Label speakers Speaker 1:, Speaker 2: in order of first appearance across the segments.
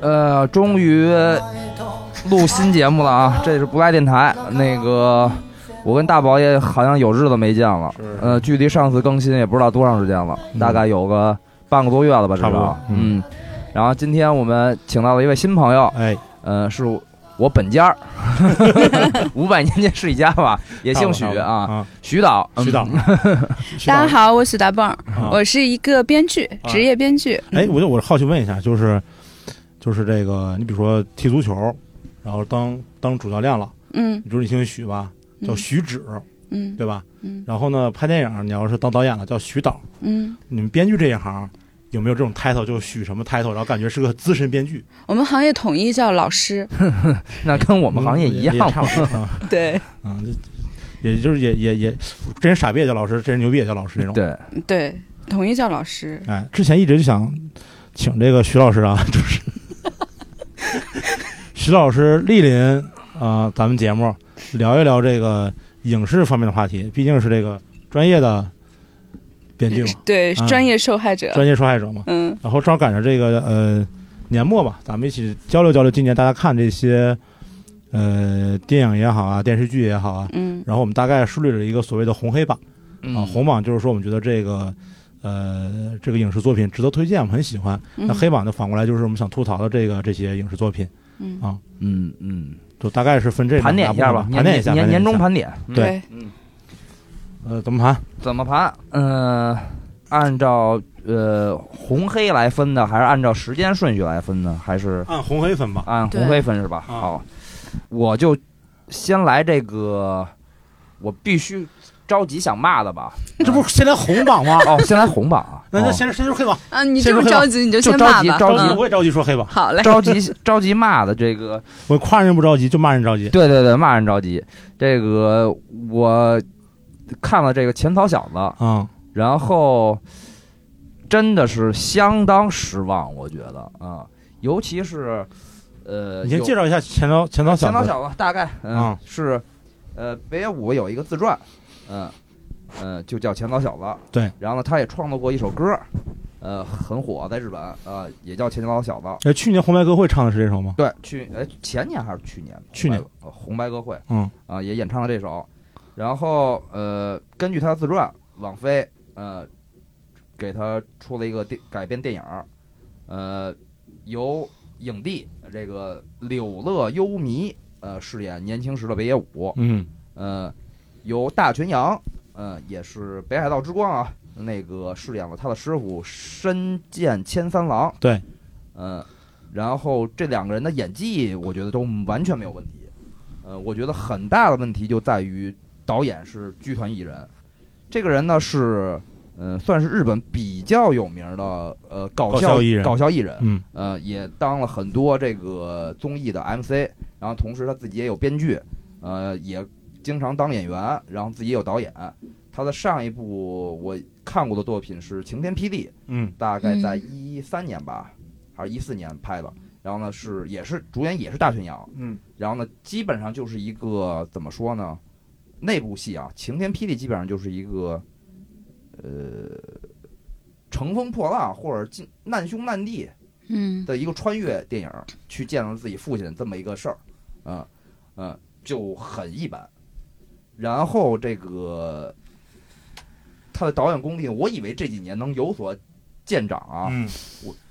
Speaker 1: 呃，终于录新节目了啊！这是不赖电台。那个，我跟大宝也好像有日子没见了，呃，距离上次更新也不知道多长时间了，大概有个半个多月了吧，至
Speaker 2: 嗯差不
Speaker 1: 少
Speaker 2: 多。
Speaker 1: 嗯，然后今天我们请到了一位新朋友，
Speaker 2: 哎，
Speaker 1: 呃，是我本家 儿，五百年前是一家吧，也姓许啊，
Speaker 2: 啊，
Speaker 1: 徐导，嗯
Speaker 2: 徐导，徐
Speaker 3: 大
Speaker 2: 导
Speaker 3: 家，好，我是大棒，
Speaker 2: 啊
Speaker 3: 我是一个编剧，
Speaker 2: 啊
Speaker 3: 职业编剧。
Speaker 2: 哎，我就我好奇问一下，就是就是这个，你比如说踢足球，然后当当主教练了，
Speaker 3: 嗯
Speaker 2: 你比如你姓许吧，叫
Speaker 3: 嗯
Speaker 2: 许芷，
Speaker 3: 嗯
Speaker 2: 对吧？
Speaker 3: 嗯
Speaker 2: 然后呢，拍电影你要是当导演了，叫许导。
Speaker 3: 嗯，
Speaker 2: 你们编剧这一行有没有这种 title，就许什么 title，然后感觉是个资深编剧？
Speaker 3: 我们行业统一叫老师。
Speaker 1: 那跟我们行业一样
Speaker 2: 也也差不多啊，
Speaker 3: 对
Speaker 2: 啊这也就是也也也，这人傻逼也叫老师，这人牛逼也叫老师这种。
Speaker 1: 对，
Speaker 3: 对，统一叫老师。
Speaker 2: 哎，之前一直就想请这个徐老师啊， 就是徐老师莅临啊、咱们节目聊一聊这个影视方面的话题，毕竟是这个专业的编剧嘛，
Speaker 3: 对，
Speaker 2: 啊
Speaker 3: 专业受害者。
Speaker 2: 专业受害者嘛。
Speaker 3: 嗯
Speaker 2: 然后正好赶上这个呃年末吧，咱们一起交流交流今年大家看这些呃电影也好啊，电视剧也好啊。
Speaker 3: 嗯
Speaker 2: 然后我们大概梳理了一个所谓的红黑榜。啊，
Speaker 1: 嗯，
Speaker 2: 红榜就是说我们觉得这个呃这个影视作品值得推荐，我们很喜欢。那
Speaker 1: 嗯
Speaker 2: 黑榜就反过来就是我们想吐槽的这个这些影视作品，
Speaker 3: 嗯
Speaker 2: 啊
Speaker 1: 嗯嗯，
Speaker 2: 就大概是分这
Speaker 1: 盘点一下吧，
Speaker 2: 盘点一下，
Speaker 1: 年年终
Speaker 2: 盘
Speaker 1: 盘点，嗯
Speaker 2: 对，点一下呃怎么盘？
Speaker 1: 怎么盘？嗯，按照呃红黑来分的，还是按照时间顺序来分呢？还是
Speaker 2: 按红黑分吧。
Speaker 1: 按红黑分是吧？
Speaker 2: 对啊
Speaker 1: 好，我就先来这个，我必须着急想骂的 吧？
Speaker 2: 这不是先来红榜吗？！
Speaker 1: 哦，先来红榜啊
Speaker 2: 那
Speaker 1: 哦
Speaker 2: 那先先说黑榜，
Speaker 3: 啊，你这么着急，你就先
Speaker 1: 就着
Speaker 3: 骂
Speaker 1: 急
Speaker 3: 吧。
Speaker 1: 着急
Speaker 2: 急
Speaker 3: 嗯
Speaker 2: 我也着急说黑榜，
Speaker 3: 好嘞。
Speaker 1: 着急着急骂的这个，
Speaker 2: 我夸人不着急就骂人着急。
Speaker 1: 对对对，骂人着急。这个我看了这个潜逃小子，
Speaker 2: 啊，
Speaker 1: 然后真的是相当失望，我觉得啊，尤其是呃，
Speaker 2: 你先
Speaker 1: 有
Speaker 2: 介绍一下前头前头
Speaker 1: 前
Speaker 2: 小
Speaker 1: 导
Speaker 2: 子
Speaker 1: 小子大概嗯、
Speaker 2: 啊
Speaker 1: 是呃北野武有一个自传，嗯呃就叫前导小子，
Speaker 2: 对，
Speaker 1: 然后呢他也创作过一首歌，呃很火在日本，呃也叫前导小子。
Speaker 2: 哎，去年红白歌会唱的是这首吗？
Speaker 1: 对，去哎前年还是去年？
Speaker 2: 去年
Speaker 1: 红白呃红白歌会，
Speaker 2: 嗯
Speaker 1: 啊、也演唱了这首。然后呃，根据他的自传，网飞呃给他出了一个电改编电影儿，呃，由影帝这个柳乐优弥呃饰演年轻时的北野武，
Speaker 2: 嗯，
Speaker 1: 呃，由大泉洋呃也是北海道之光啊那个饰演了他的师傅深见千三郎，
Speaker 2: 对，
Speaker 1: 呃，然后这两个人的演技我觉得都完全没有问题。呃，我觉得很大的问题就在于导演是剧团艺人，这个人呢是，呃，算是日本比较有名的呃搞
Speaker 2: 搞
Speaker 1: 笑
Speaker 2: 笑艺人
Speaker 1: 搞笑艺人，
Speaker 2: 嗯，
Speaker 1: 呃，也当了很多这个综艺的 MC，然后同时他自己也有编剧，呃，也经常当演员，然后自己也有导演。他的上一部我看过的作品是《晴天霹雳》，
Speaker 2: 嗯，
Speaker 1: 大概在
Speaker 3: 嗯
Speaker 1: 一三年吧，还是一四年拍的。然后呢，是也是主演也是大泉洋，
Speaker 2: 嗯，
Speaker 1: 然后呢，基本上就是一个怎么说呢？那部戏啊，《晴天霹雳》基本上就是一个，呃，乘风破浪或者进难兄难弟
Speaker 3: 嗯
Speaker 1: 的一个穿越电影，去见了自己父亲这么一个事儿，啊、嗯，就很一般。然后这个他的导演功力，我以为这几年能有所见长啊，
Speaker 2: 嗯，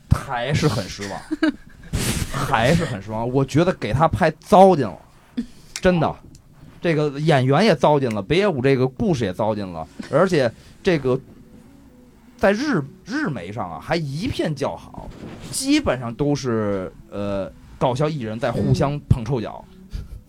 Speaker 1: 还是很失望，还是很失望。我觉得给他拍糟践了，真的，这个演员也糟践了，北野武这个故事也糟践了，而且这个在日日媒上啊还一片叫好，基本上都是呃搞笑艺人在互相捧臭脚，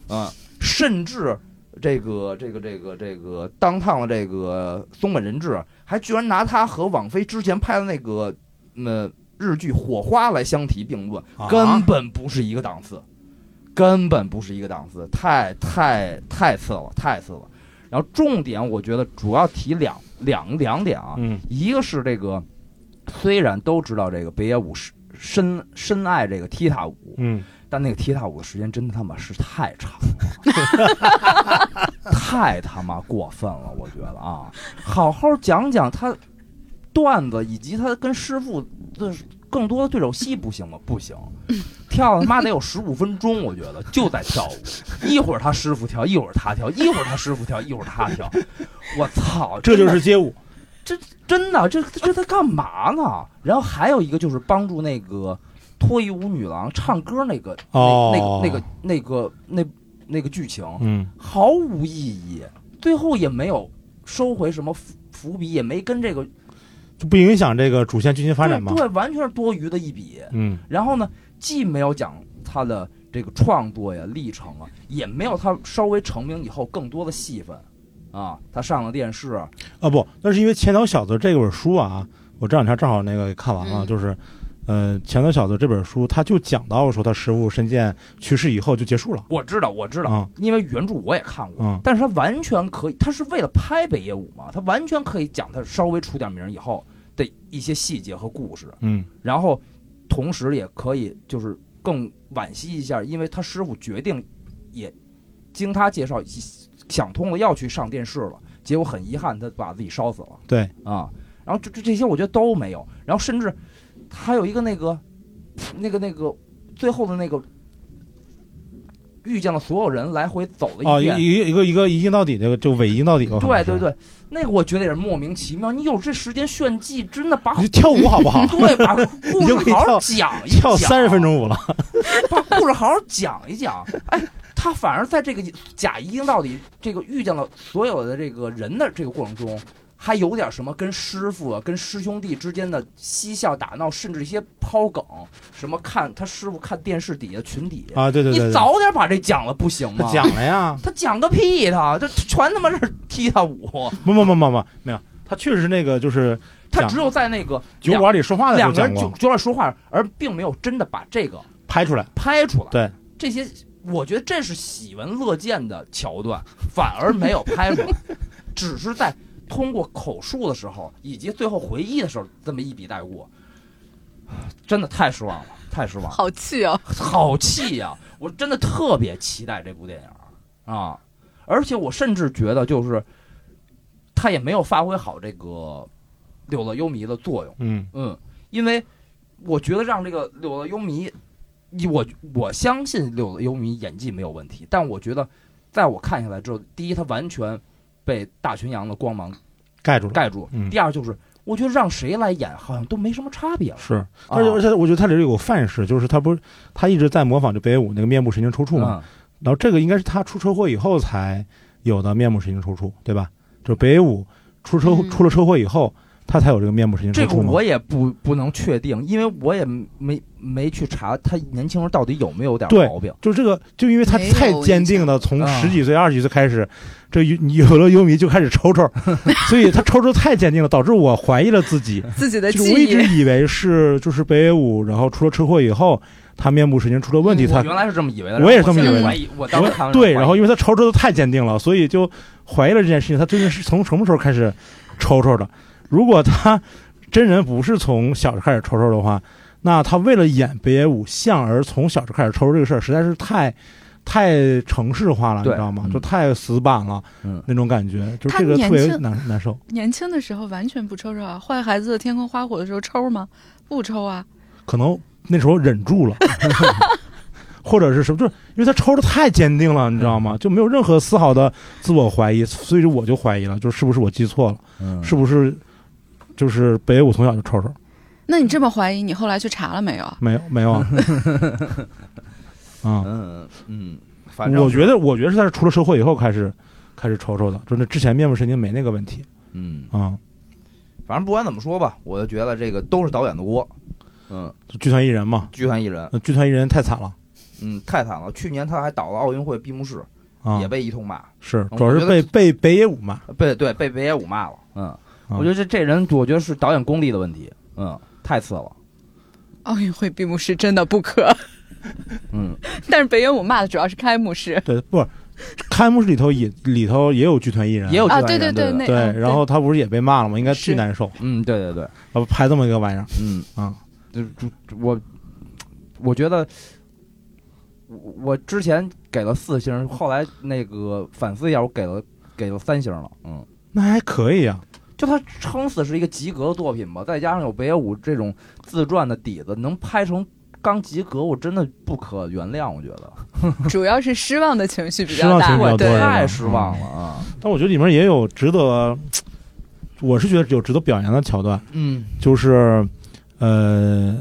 Speaker 1: 啊、甚至。这个这个这个这个当趟的这个松本人志，还居然拿他和网飞之前拍的那个呃日剧《火花》来相提并论，
Speaker 2: 啊
Speaker 1: 根本不是一个档次，根本不是一个档次，太太太次了，太次了。然后重点，我觉得主要提两两两点啊，
Speaker 2: 嗯
Speaker 1: 一个是这个，虽然都知道这个北野武是深深爱这个踢踏舞，
Speaker 2: 嗯，
Speaker 1: 但那个踢踏舞的时间真他妈是太长了，太他妈过分了，我觉得啊，好好讲讲他段子以及他跟师傅的更多的对手戏不行吗？不行，跳他妈得有十五分钟，我觉得就在跳舞，一会儿他师傅跳，一会儿他跳，一会儿他师傅跳，一会儿他跳，我操，
Speaker 2: 这就
Speaker 1: 真的
Speaker 2: 是街舞。
Speaker 1: 真的，这这他干嘛呢？然后还有一个就是帮助那个脱衣舞女郎唱歌那个，
Speaker 2: 哦
Speaker 1: 那那个那个那个那那个剧情
Speaker 2: 嗯，
Speaker 1: 毫无意义，最后也没有收回什么伏伏笔，也没跟这个
Speaker 2: 就不影响这个主线剧情发展嘛
Speaker 1: 对。对，完全是多余的一笔。
Speaker 2: 嗯，
Speaker 1: 然后呢，既没有讲他的这个创作呀、历程啊，也没有他稍微成名以后更多的戏份啊。他上了电视，
Speaker 2: 啊不，那是因为《千岛小子》这本书啊，我这两天正好那个给看完了，
Speaker 3: 嗯
Speaker 2: 就是，呃，《千岛小子》这本书，他就讲到说他师傅神剑去世以后就结束了。
Speaker 1: 我知道，我知道，
Speaker 2: 嗯
Speaker 1: 因为原著我也看过，
Speaker 2: 嗯
Speaker 1: 但是他完全可以，他是为了拍北野武嘛，他完全可以讲他稍微出点名以后的一些细节和故事，
Speaker 2: 嗯
Speaker 1: 然后同时也可以就是更惋惜一下，因为他师傅决定也经他介绍想通了要去上电视了，结果很遗憾他把自己烧死了。
Speaker 2: 对
Speaker 1: 啊，然后这这这些我觉得都没有，然后甚至还有一个那个那个那个最后的那个遇见了所有人来回走了
Speaker 2: 哦，
Speaker 1: 一
Speaker 2: 一
Speaker 1: 遍。
Speaker 2: 一个一个一个一镜到底这个就伪一镜到底吧。可能
Speaker 1: 对
Speaker 2: 是
Speaker 1: 对，对，那个我觉得也是莫名其妙。你有这时间炫技，真的把？
Speaker 2: 你就跳舞好不好
Speaker 1: 对把 故
Speaker 2: 就
Speaker 1: 事
Speaker 2: 可以
Speaker 1: 好好
Speaker 2: 跳
Speaker 1: 讲一讲，
Speaker 2: 跳三十分，钟舞了。
Speaker 1: 把故事好好讲一讲。哎，他反而在这个假一镜到底这个遇见了所有的这个人的这个过程中，还有点什么跟师傅啊、跟师兄弟之间的嬉笑打闹，甚至一些抛梗，什么看他师傅看电视底下群底，
Speaker 2: 啊，对对
Speaker 1: 你
Speaker 2: 对对，
Speaker 1: 早点把这讲了不行
Speaker 2: 他
Speaker 1: 吗？
Speaker 2: 讲 了呀，
Speaker 1: 他讲个屁他！这全他妈是踢踏舞，
Speaker 2: 不不不不不，没有，他确实是那个就是
Speaker 1: 他
Speaker 2: 讲
Speaker 1: 只有在那个
Speaker 2: 酒馆里说话的时候
Speaker 1: 两个
Speaker 2: 讲
Speaker 1: 人就
Speaker 2: 过，
Speaker 1: 就在说话，而并没有真的把这个
Speaker 2: 拍出来。
Speaker 1: 拍出来。
Speaker 2: 对，
Speaker 1: 这些我觉得这是喜闻乐见的桥段，反而没有拍出来，只是在通过口述的时候以及最后回忆的时候这么一笔带过，真的太失望了，太失望 了，
Speaker 3: 好气哦！
Speaker 1: 好气呀、我真的特别期待这部电影啊，而且我甚至觉得就是他也没有发挥好这个柳乐优弥的作用。
Speaker 2: 嗯
Speaker 1: 嗯，因为我觉得让这个柳乐优弥，你我我相信柳乐优弥演技没有问题，但我觉得在我看下来之后，第一他完全被大群羊的光芒
Speaker 2: 盖住了。
Speaker 1: 盖住，
Speaker 2: 嗯
Speaker 1: 第二就是我觉得让谁来演好像都没什么差别了。啊
Speaker 2: 是，而且而且我觉得他里有个范式，就是他不是他一直在模仿这北野武那个面部神经抽搐
Speaker 1: 嗯
Speaker 2: 嘛，然后这个应该是他出车祸以后才有的面部神经抽搐，对吧？就是北野武出车
Speaker 3: 嗯
Speaker 2: 出了车祸以后，他才有这个面部神经
Speaker 1: 这
Speaker 2: 抽
Speaker 1: 个
Speaker 2: 搐嘛
Speaker 1: 我。也不不能确定，因为我也没没去查他年轻时候到底有没有点
Speaker 2: 对
Speaker 1: 毛病。
Speaker 2: 就是这个，就因为他
Speaker 3: 没有
Speaker 2: 太
Speaker 3: 印
Speaker 2: 坚定了，从
Speaker 1: 啊
Speaker 2: 十几岁、二十几岁开始，这有有了优迷就开始 抽抽，所以他抽抽太坚定了，导致我怀疑了自己，
Speaker 3: 自己的
Speaker 2: 就是
Speaker 3: 记
Speaker 2: 我一直
Speaker 3: 忆，
Speaker 2: 以为是就是北野武，然后出了车祸以后，他面部神经出了问题，
Speaker 1: 嗯我
Speaker 2: 他
Speaker 1: 原来是这么以为的，
Speaker 2: 我也是这么
Speaker 1: 然后
Speaker 3: 以
Speaker 1: 我现
Speaker 3: 为的
Speaker 1: 在怀疑，我当时看完
Speaker 2: 对，
Speaker 1: 怀疑
Speaker 2: 然后因为他抽抽的太坚定了，所以就怀疑了这件事情。他究竟是从什么时候开始抽抽的？如果他真人不是从小就开始抽抽的话，那他为了演北野武像而从小就开始抽抽这个事儿，实在是太太城市化了，你
Speaker 1: 对
Speaker 2: 知道吗？
Speaker 1: 嗯
Speaker 2: 就太死板了，
Speaker 1: 嗯
Speaker 2: 那种感觉，就
Speaker 3: 他
Speaker 2: 这个特
Speaker 3: 年
Speaker 2: 别
Speaker 3: 轻
Speaker 2: 难难受。
Speaker 3: 年轻的时候完全不抽抽啊！ 坏孩子的天空花火的时候抽吗？不抽啊！
Speaker 2: 可能那时候忍住 了，或者是什么，就是因为他抽的太坚定
Speaker 1: 嗯
Speaker 2: 了，你知道吗？就没有任何丝毫的自我怀疑，所以说我就怀疑了，就是是不是我记错了，
Speaker 1: 嗯
Speaker 2: 是不是就是北野武从小就抽抽？
Speaker 3: 那你这么怀疑，你后来去查了没有啊？
Speaker 2: 没有，没 有啊。啊、
Speaker 1: 嗯嗯，反正
Speaker 2: 我觉得，我觉得是他是出了社会以后开始开始抽抽的，就那之前面部神经没那个问题
Speaker 1: 嗯。
Speaker 2: 啊、
Speaker 1: 反正不管怎么说吧，我就觉得这个都是导演的锅。嗯，
Speaker 2: 就剧团艺人嘛，
Speaker 1: 剧团艺人，
Speaker 2: 那剧团艺人太惨了
Speaker 1: 嗯，太惨了。去年他还倒了奥运会闭幕式，
Speaker 2: 啊
Speaker 1: 也，被一通骂，
Speaker 2: 是
Speaker 1: 我
Speaker 2: 主要
Speaker 1: 觉得
Speaker 2: 是被被北野武骂，啊
Speaker 1: 被对被北野武骂了。嗯，我觉得这这人，我觉得是导演功力的问题。嗯，太次了。
Speaker 3: 奥运会闭幕式真的不可，
Speaker 1: 嗯，
Speaker 3: 但是北野武骂的主要是开幕式
Speaker 2: 对，不是开幕式里头也里头也有剧团艺人，
Speaker 1: 嗯也有
Speaker 3: 啊！
Speaker 1: 剧
Speaker 3: 对
Speaker 1: 团艺人
Speaker 3: 对，
Speaker 1: 对
Speaker 3: 那
Speaker 2: 对，
Speaker 3: 嗯
Speaker 2: 然后他不是也被骂了吗？应该
Speaker 3: 是
Speaker 2: 巨难受，
Speaker 1: 嗯，对对对，
Speaker 2: 啊，拍这么一个玩意儿
Speaker 1: 嗯
Speaker 2: 啊，
Speaker 1: 就是就我我觉得我我之前给了四星，后来那个反思一下，我给了给了三星了。嗯，
Speaker 2: 那还可以啊，
Speaker 1: 就他撑死是一个及格的作品吧，再加上有北野武这种自传的底子，能拍成刚及格，我真的不可原谅。我觉得
Speaker 3: 主要是失望的情绪比
Speaker 2: 失
Speaker 3: 较
Speaker 2: 望
Speaker 3: 大
Speaker 2: 情。绪比较
Speaker 1: 我
Speaker 2: 多是吧
Speaker 1: 太失望了啊！
Speaker 2: 但我觉得里面也有值得，我是觉得有值得表扬的桥段，
Speaker 1: 嗯
Speaker 2: 就是呃，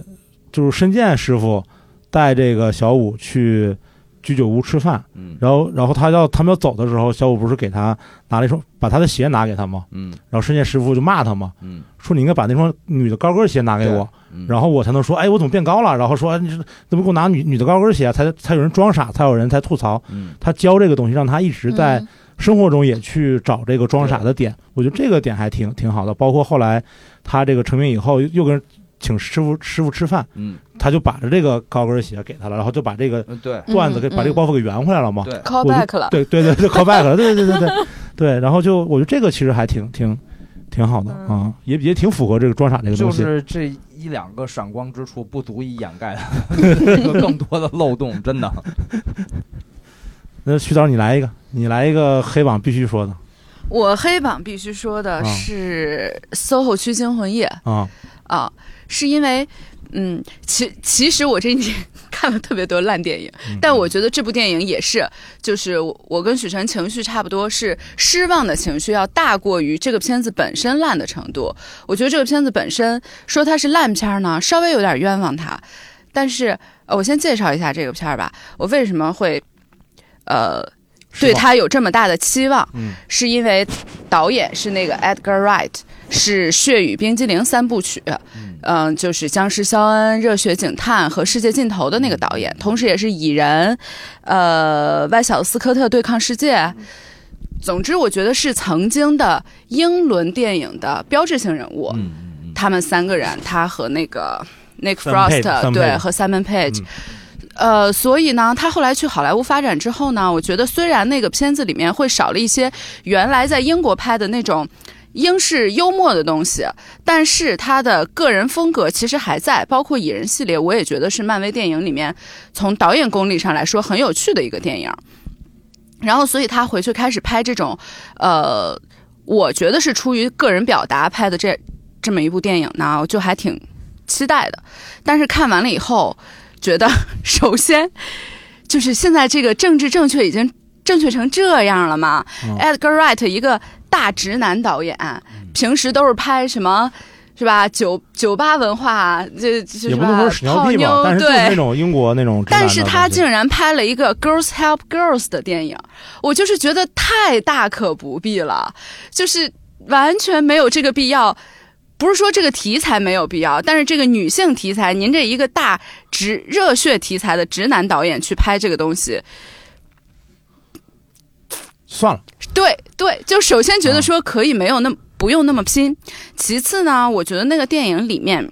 Speaker 2: 就是申健师傅带这个小五去居酒屋吃饭，
Speaker 1: 嗯
Speaker 2: 然后然后他要他们要走的时候，小五不是给他拿了一双把他的鞋拿给他吗？
Speaker 1: 嗯
Speaker 2: 然后申健师傅就骂他嘛，
Speaker 1: 嗯
Speaker 2: 说你应该把那双女的高跟鞋拿给我，
Speaker 1: 嗯，
Speaker 2: 然后我才能说，哎，我怎么变高了？然后说，哎你是怎么给我拿女女的高跟鞋啊？才才有人装傻，才有人才吐槽。
Speaker 1: 嗯
Speaker 2: 他教这个东西，让他一直在
Speaker 3: 嗯
Speaker 2: 生活中也去找这个装傻的点，我觉得这个点还挺挺好的。包括后来他这个成名以后，又跟请师傅师傅吃饭，
Speaker 1: 嗯
Speaker 2: 他就把这个高跟鞋给他了，然后就把这个
Speaker 1: 嗯对
Speaker 2: 段子给、
Speaker 3: 嗯
Speaker 2: 把这个包袱给圆回来了嘛。
Speaker 1: 对
Speaker 3: call back 了。
Speaker 2: 对对对对，call back 了，对对对对对对。然后就我觉得这个其实还挺挺挺好的啊、
Speaker 3: 嗯
Speaker 2: 也也挺符合这个装傻这个东
Speaker 1: 就
Speaker 2: 西。
Speaker 1: 是这一两个闪光之处不足以掩盖 这个更多的漏洞，真的。
Speaker 2: 那徐导你来一个，你来一个黑榜必须说的
Speaker 3: 我黑榜必须说的是《SOHO 区惊魂夜》
Speaker 2: 啊、
Speaker 3: 啊，是因为，嗯，其其实我这一年 看了特别多烂电影，
Speaker 2: 嗯
Speaker 3: 但我觉得这部电影也是，就是我我跟许晨情绪差不多，是失望的情绪要大过于这个片子本身烂的程度。我觉得这个片子本身说它是烂片儿呢，稍微有点冤枉它。但是，呃，我先介绍一下这个片儿吧，我为什么会，呃，
Speaker 2: 是
Speaker 3: 对
Speaker 2: 吧
Speaker 3: 它有这么大的期望。
Speaker 2: 嗯
Speaker 3: 是因为导演是那个 Edgar Wright，是《血与冰激凌》三部曲，
Speaker 1: 嗯
Speaker 3: 嗯、就是《僵尸肖恩》《热血警探》和《世界尽头》的那个导
Speaker 2: 嗯
Speaker 3: 演，同时也是《蚁人》、呃，《外小斯科特对抗世界》。
Speaker 2: 嗯
Speaker 3: 总之，我觉得是曾经的英伦电影的标志性人物。
Speaker 1: 嗯嗯
Speaker 3: 他们三个人，他和那个 Nick
Speaker 2: Simon Pegg，
Speaker 3: Frost，
Speaker 2: Simon
Speaker 3: 对，
Speaker 2: Pegg
Speaker 3: 和 Simon Page，、呃，所以呢，他后来去好莱坞发展之后呢，我觉得虽然那个片子里面会少了一些原来在英国拍的那种英式幽默的东西，但是他的个人风格其实还在，包括《蚁人》系列，我也觉得是漫威电影里面从导演功力上来说很有趣的一个电影。然后，所以他回去开始拍这种，呃，我觉得是出于个人表达拍的这这么一部电影呢，我就还挺期待的。但是看完了以后，觉得首先就是现在这个政治正确已经正确成这样了吗、
Speaker 2: 嗯
Speaker 3: e d g a r Wright 一个大直男导演，平时都是拍什么？是吧？酒酒吧文化，这
Speaker 2: 也
Speaker 3: 这是
Speaker 2: 不能
Speaker 3: 吧
Speaker 2: 说屎？尿
Speaker 3: 泡
Speaker 2: 屁吧，
Speaker 3: 妞
Speaker 2: 但是就是
Speaker 3: 对
Speaker 2: 那种英国那种直男的
Speaker 3: 但
Speaker 2: 东西。
Speaker 3: 是他竟然拍了一个 “Girls Help Girls” 的电影，我就是觉得太大可不必了，就是完全没有这个必要。不是说这个题材没有必要，但是这个女性题材，您这一个大直热血题材的直男导演去拍这个东西，
Speaker 2: 算了，
Speaker 3: 对对，就首先
Speaker 2: 啊
Speaker 3: 觉得说可以没有那么、不用那么拼，其次呢，我觉得那个电影里面，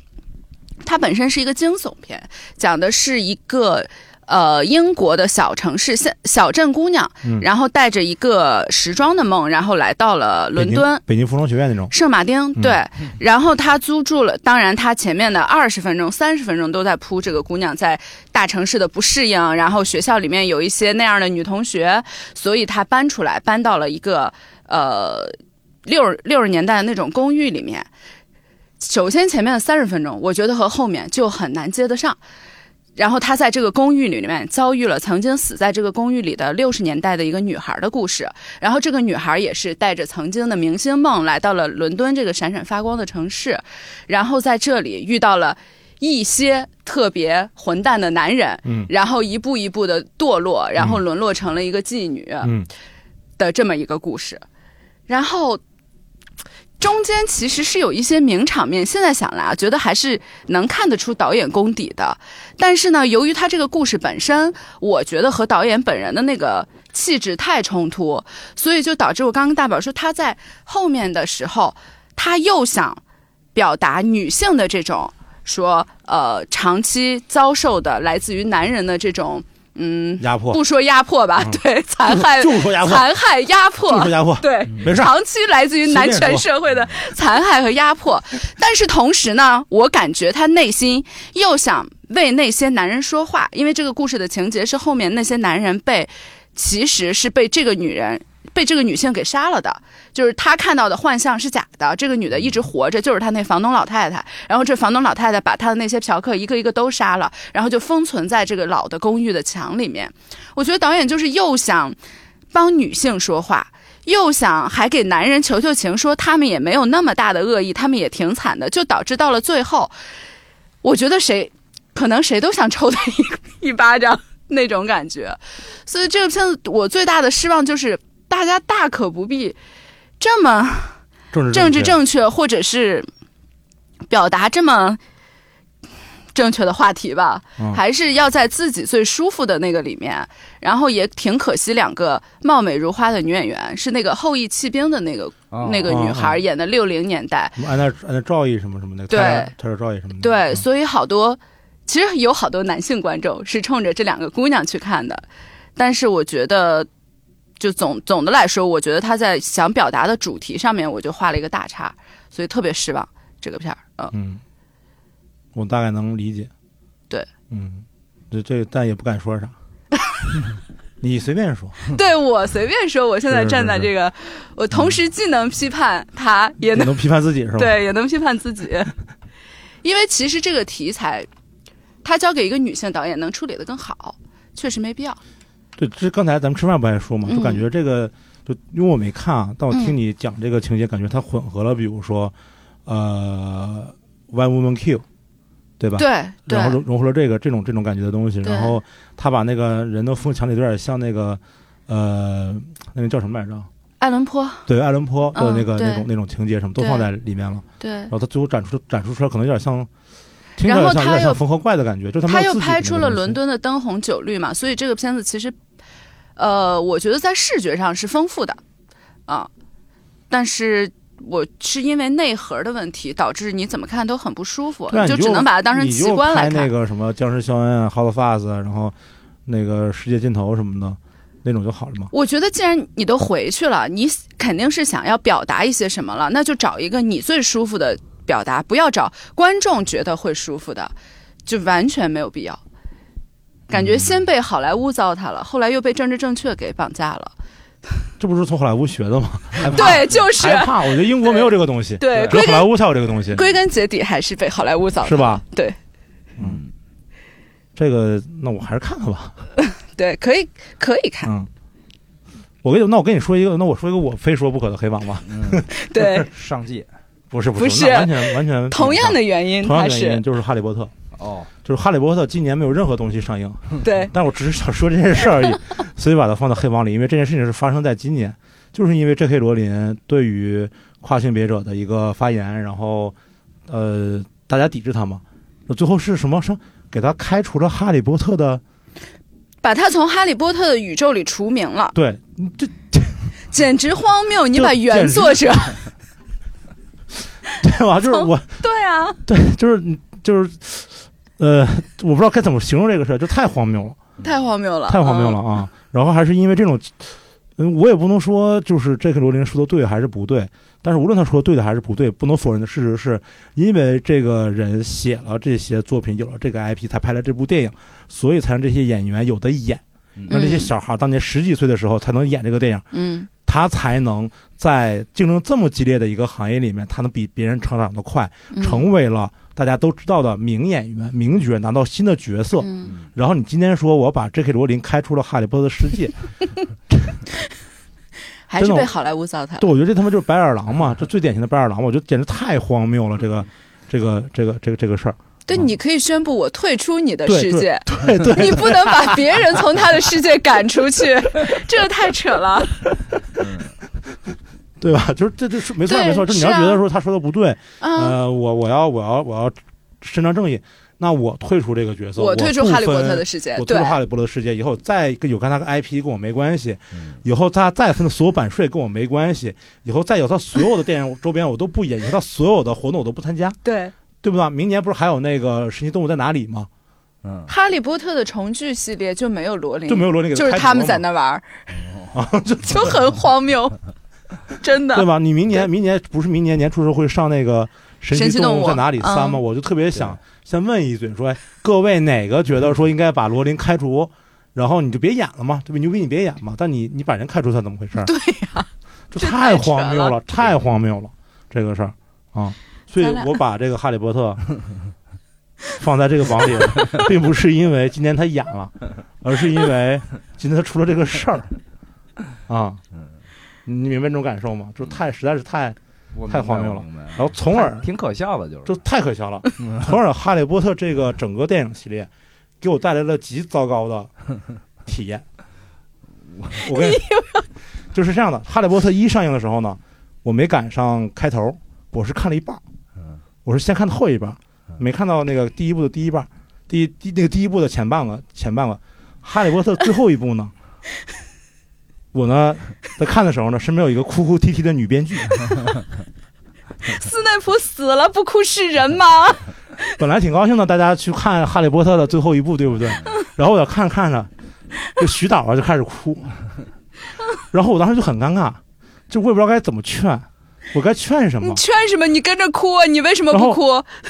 Speaker 3: 它本身是一个惊悚片，讲的是一个。呃，英国的小城市小小镇姑娘，
Speaker 2: 嗯
Speaker 3: 然后带着一个时装的梦，然后来到了伦
Speaker 2: 北京
Speaker 3: 敦，
Speaker 2: 北京服装学院那种。
Speaker 3: 圣马丁，对。然后他租住了，当然他前面的二十分钟、三十分钟都在铺这个姑娘在大城市的不适应，然后学校里面有一些那样的女同学，所以他搬出来，搬到了一个呃六六十年代的那种公寓里面。首先前面的三十分钟，我觉得和后面就很难接得上。然后他在这个公寓里面遭遇了曾经死在这个公寓里的六十年代的一个女孩的故事，然后这个女孩也是带着曾经的明星梦来到了伦敦这个闪闪发光的城市，然后在这里遇到了一些特别混蛋的男人，
Speaker 2: 嗯
Speaker 3: 然后一步一步的堕落，然后沦落成了一个妓女，
Speaker 2: 嗯，
Speaker 3: 的这么一个故事，然后中间其实是有一些名场面，现在想来啊，觉得还是能看得出导演功底的。但是呢，由于他这个故事本身，我觉得和导演本人的那个气质太冲突，所以就导致我刚刚大宝说他在后面的时候，他又想表达女性的这种说呃长期遭受的来自于男人的这种嗯。
Speaker 2: 压迫，
Speaker 3: 不说压迫吧，
Speaker 2: 嗯
Speaker 3: 对残 害
Speaker 2: 就是说压迫，
Speaker 3: 残害、压
Speaker 2: 就是说
Speaker 3: 迫，
Speaker 2: 压迫，
Speaker 3: 对，
Speaker 2: 没事儿。
Speaker 3: 长期来自于男权社会的残害和压迫。 但是同时呢，我感觉他内心又想为那些男人说话，因为这个故事的情节是后面那些男人被，其实是被这个女人被这个女性给杀了的，就是他看到的幻象是假的，这个女的一直活着，就是他那房东老太太。然后这房东老太太把他的那些嫖客一个一个都杀了，然后就封存在这个老的公寓的墙里面。我觉得导演就是又想帮女性说话，又想还给男人求求情，说他们也没有那么大的恶意，他们也挺惨的，就导致到了最后，我觉得谁可能谁都想抽他一一巴掌那种感觉。所以这个片子我最大的失望就是，大家大可不必这么
Speaker 2: 政治
Speaker 3: 政治
Speaker 2: 确
Speaker 3: 正确，或者是表达这么正确的话题吧，
Speaker 2: 嗯
Speaker 3: 还是要在自己最舒服的那个里面。然后也挺可惜，两个貌美如花的女演员是那个《后羿弃兵》的那个、
Speaker 1: 啊
Speaker 3: 那个女孩演的六零年代，
Speaker 2: 什么安娜安娜赵毅什么什么的，
Speaker 3: 对
Speaker 2: 泰勒泰勒赵毅什么的，
Speaker 3: 对，
Speaker 2: 嗯
Speaker 3: 所以好多其实有好多男性观众是冲着这两个姑娘去看的，但是我觉得。就总总的来说，我觉得他在想表达的主题上面，我就画了一个大叉，所以特别失望这个片儿。嗯，
Speaker 2: 嗯，我大概能理解。
Speaker 3: 对，
Speaker 2: 嗯，这这但也不敢 说啥，你随便说。
Speaker 3: 对我随便说，我现在站在这
Speaker 2: 嗯
Speaker 3: 个，我同时既能批判他，也
Speaker 2: 你
Speaker 3: 能
Speaker 2: 能批判自己是吧？，
Speaker 3: 对，也能批判自己， 因为其实这个题材，他交给一个女性导演能处理的更好，确实没必要。
Speaker 2: 对，这刚才咱们吃饭不还说嘛，
Speaker 3: 嗯
Speaker 2: 就感觉这个，就因为我没看啊，但我听
Speaker 3: 嗯
Speaker 2: 你讲这个情节，感觉它混合了，比如说，呃，One Woman Kill，对吧？
Speaker 3: 对对
Speaker 2: 然后融融合了这个这种这种感觉的东西，
Speaker 3: 对
Speaker 2: 然后他把那个人都封墙里，有点像那个，呃，那个叫什么来着？
Speaker 3: 爱伦坡，
Speaker 2: 对，爱伦坡的那个、
Speaker 3: 嗯对
Speaker 2: 那种那种情节什么都
Speaker 3: 对
Speaker 2: 放在里面了。
Speaker 3: 对
Speaker 2: 然，后他最后展出展出出来，可能有点像，听着
Speaker 3: 然
Speaker 2: 有
Speaker 3: 后
Speaker 2: 点像有
Speaker 3: 他
Speaker 2: 点像
Speaker 3: 又
Speaker 2: 缝合怪的感觉，就是他
Speaker 3: 他
Speaker 2: 们
Speaker 3: 又
Speaker 2: 自己
Speaker 3: 拍
Speaker 2: 的
Speaker 3: 出
Speaker 2: 那
Speaker 3: 了
Speaker 2: 个东
Speaker 3: 伦
Speaker 2: 西。
Speaker 3: 敦的灯红酒绿嘛，所以这个片子其实，呃，我觉得在视觉上是丰富的，啊，但是。我是因为内核的问题导致你怎么看都很不舒服，
Speaker 2: 对啊，
Speaker 3: 就
Speaker 2: 你
Speaker 3: 只能把它当成
Speaker 2: 你
Speaker 3: 奇
Speaker 2: 就
Speaker 3: 观来
Speaker 2: 拍那
Speaker 3: 看。
Speaker 2: 个什么僵尸肖恩啊、Hot Fuzz，啊然后那个世界尽头什么的，那种就好了嘛。
Speaker 3: 我觉得既然你都回去了，你肯定是想要表达一些什么了，那就找一个你最舒服的表达，不要找观众觉得会舒服的，就完全没有必要。感觉先被好莱坞糟蹋了，后来又被政治正确给绑架了。
Speaker 2: 这不是从好莱坞学的吗？害怕，
Speaker 3: 对， 就是啊
Speaker 2: 害怕。我觉得英嗯国没有这个东西，
Speaker 3: 对
Speaker 2: 只有
Speaker 3: 归
Speaker 2: 好莱坞才有这个东西，
Speaker 3: 归根结底还是被好莱坞糟蹋，
Speaker 2: 是？吧？
Speaker 3: 对
Speaker 1: 嗯，
Speaker 2: 这个那我还是看看吧。
Speaker 3: 对，可以可以看，
Speaker 2: 嗯，我跟你那我跟你说一个，那我说一个我非说不可的黑马吧。
Speaker 1: 嗯
Speaker 3: 对，
Speaker 1: 上季
Speaker 2: 不是不
Speaker 3: 不
Speaker 2: 是，
Speaker 3: 是
Speaker 2: 那完全完全
Speaker 3: 同样的原因，
Speaker 2: 同样
Speaker 3: 它
Speaker 2: 的原
Speaker 3: 是
Speaker 2: 因就是《哈利波特》，
Speaker 1: 哦，
Speaker 2: 就是《哈利波特》今年没有任何东西上映，
Speaker 3: 对
Speaker 2: 但我只是想说这件事儿而已，所以把它放到黑网里，因为这件事情是发生在今年，就是因为 J.K. 罗琳对于跨性别者的一个发言，然后呃大家抵制他嘛，最后是什么是给他开除了《哈利波特》的
Speaker 3: 把它从《哈利波特》的宇宙里除名了，
Speaker 2: 对，嗯
Speaker 3: 简直荒谬！你
Speaker 2: 就
Speaker 3: 把原
Speaker 2: 简直
Speaker 3: 作者，
Speaker 2: 对吧？就是我
Speaker 3: 对啊，
Speaker 2: 对，就是就是呃，我不知道该怎么形容这个事儿，就太荒谬了。
Speaker 3: 太荒谬了，
Speaker 2: 太荒谬了
Speaker 3: 嗯。
Speaker 2: 啊！然后还是因为这种，嗯，我也不能说就是这个罗琳说的对还是不对，但是无论他说的对的还是不对，不能否认的事实是，因为这个人写了这些作品，有了这个 IP，才拍了这部电影，所以才让这些演员有的演，让
Speaker 1: 嗯
Speaker 2: 这些小孩当年十几岁的时候才能演这个电影，
Speaker 3: 嗯
Speaker 2: 他才能在竞争这么激烈的一个行业里面，他能比别人成长的快，
Speaker 3: 嗯
Speaker 2: 成为了大家都知道的名演员、名角，拿到新的角色。
Speaker 3: 嗯
Speaker 1: 嗯
Speaker 2: 然后你今天说我把 J.K. 罗琳开出了《哈利波特》的世界，
Speaker 3: 还是
Speaker 2: 真的我
Speaker 3: 被好莱坞糟蹋了。
Speaker 2: 对，我觉得这他妈就是白眼狼嘛，这最典型的白眼狼嘛，我觉得简直太荒谬了，这个。这个这个这个这个事儿，
Speaker 3: 对，
Speaker 2: 嗯
Speaker 3: 你可以宣布我退出你的
Speaker 2: 对
Speaker 3: 世界，
Speaker 2: 对对，
Speaker 3: 你不能把别人从他的世界赶出去，这个太扯了。
Speaker 2: 对吧？就是这这是没错
Speaker 3: 对
Speaker 2: 没错，就是你要
Speaker 3: 是啊
Speaker 2: 觉得说他说的不对，
Speaker 3: 啊，
Speaker 2: 呃，我我要我要我要伸张正义，那我退出这个角色，我
Speaker 3: 退出
Speaker 2: 不
Speaker 3: 哈利波
Speaker 2: 分
Speaker 3: 特的世界
Speaker 2: 我，退
Speaker 3: 对
Speaker 2: 出哈利波特的世界以后，再跟有看他个 IP 跟我没关系，
Speaker 1: 嗯
Speaker 2: 以后他再分的所有版税跟我没关系，以后再有他所有的电影周边我都不演，以后他所有的活动我都不参加，
Speaker 3: 对。
Speaker 2: 对不对？明年不是还有那个《神奇动物在哪里》吗？
Speaker 1: 嗯，
Speaker 3: 哈利波特的重聚系列就没有罗琳，
Speaker 2: 就没有罗琳给
Speaker 3: 就是
Speaker 2: 开除
Speaker 3: 他们
Speaker 2: 了
Speaker 3: 在
Speaker 2: 嘛哦
Speaker 3: 那玩儿，
Speaker 2: 就
Speaker 3: 就很荒谬， 真
Speaker 2: 对
Speaker 3: 的。
Speaker 2: 吧？你明年明年不是明年年初的时候会上那个《神
Speaker 3: 神
Speaker 2: 奇
Speaker 3: 奇
Speaker 2: 动物
Speaker 3: 动物啊
Speaker 2: 在哪里》三吗？
Speaker 3: 嗯
Speaker 2: 我就特别想先问一嘴，说哎，各位哪个觉得说应该把罗琳开除？然后你就别演了嘛，对吧？牛逼你别演嘛，但你你把人看出他怎么回事儿，
Speaker 3: 对呀、
Speaker 2: 这
Speaker 3: 这
Speaker 2: 太
Speaker 3: 太扯
Speaker 2: 荒谬
Speaker 3: 了
Speaker 2: 了，太荒谬了这个事儿啊！所以
Speaker 3: 咱俩
Speaker 2: 我把这个《哈利波特》 放在这个榜里，并不是因为今天他演了，而是因为今天他出了这个事儿啊。你明白这种感受吗？就太实在是太，
Speaker 1: 我
Speaker 2: 太
Speaker 1: 明白
Speaker 2: 荒谬了，然后从
Speaker 1: 从
Speaker 2: 而
Speaker 1: 挺可笑的，就是
Speaker 2: 就太可笑了。从而《哈利波特》这个整个电影系列给我带来了极糟糕的体验。我跟你 就是这样的，《哈利波特》一上映的时候呢，我没赶上开头，我是看了一半儿，
Speaker 1: 嗯
Speaker 2: 我是先看的后一半儿
Speaker 1: 嗯，
Speaker 2: 没看到那个第一部的第一半儿，第一第那个第一部的前半个前半个，《哈利波特》最后一部呢。我呢，在看的时候呢，身边有一个哭哭啼啼的女编剧，
Speaker 3: 斯内普死了，不哭是人吗？
Speaker 2: 哦 本来挺高兴的，大家去看《哈利波特》的最后一部，对 不对？然后我看着看着，这徐导啊就开始 哭，然后我当时就很尴尬，就我也不知道该怎么劝，我该劝什么
Speaker 3: 你？劝什么？你跟着哭啊，你为什么不哭？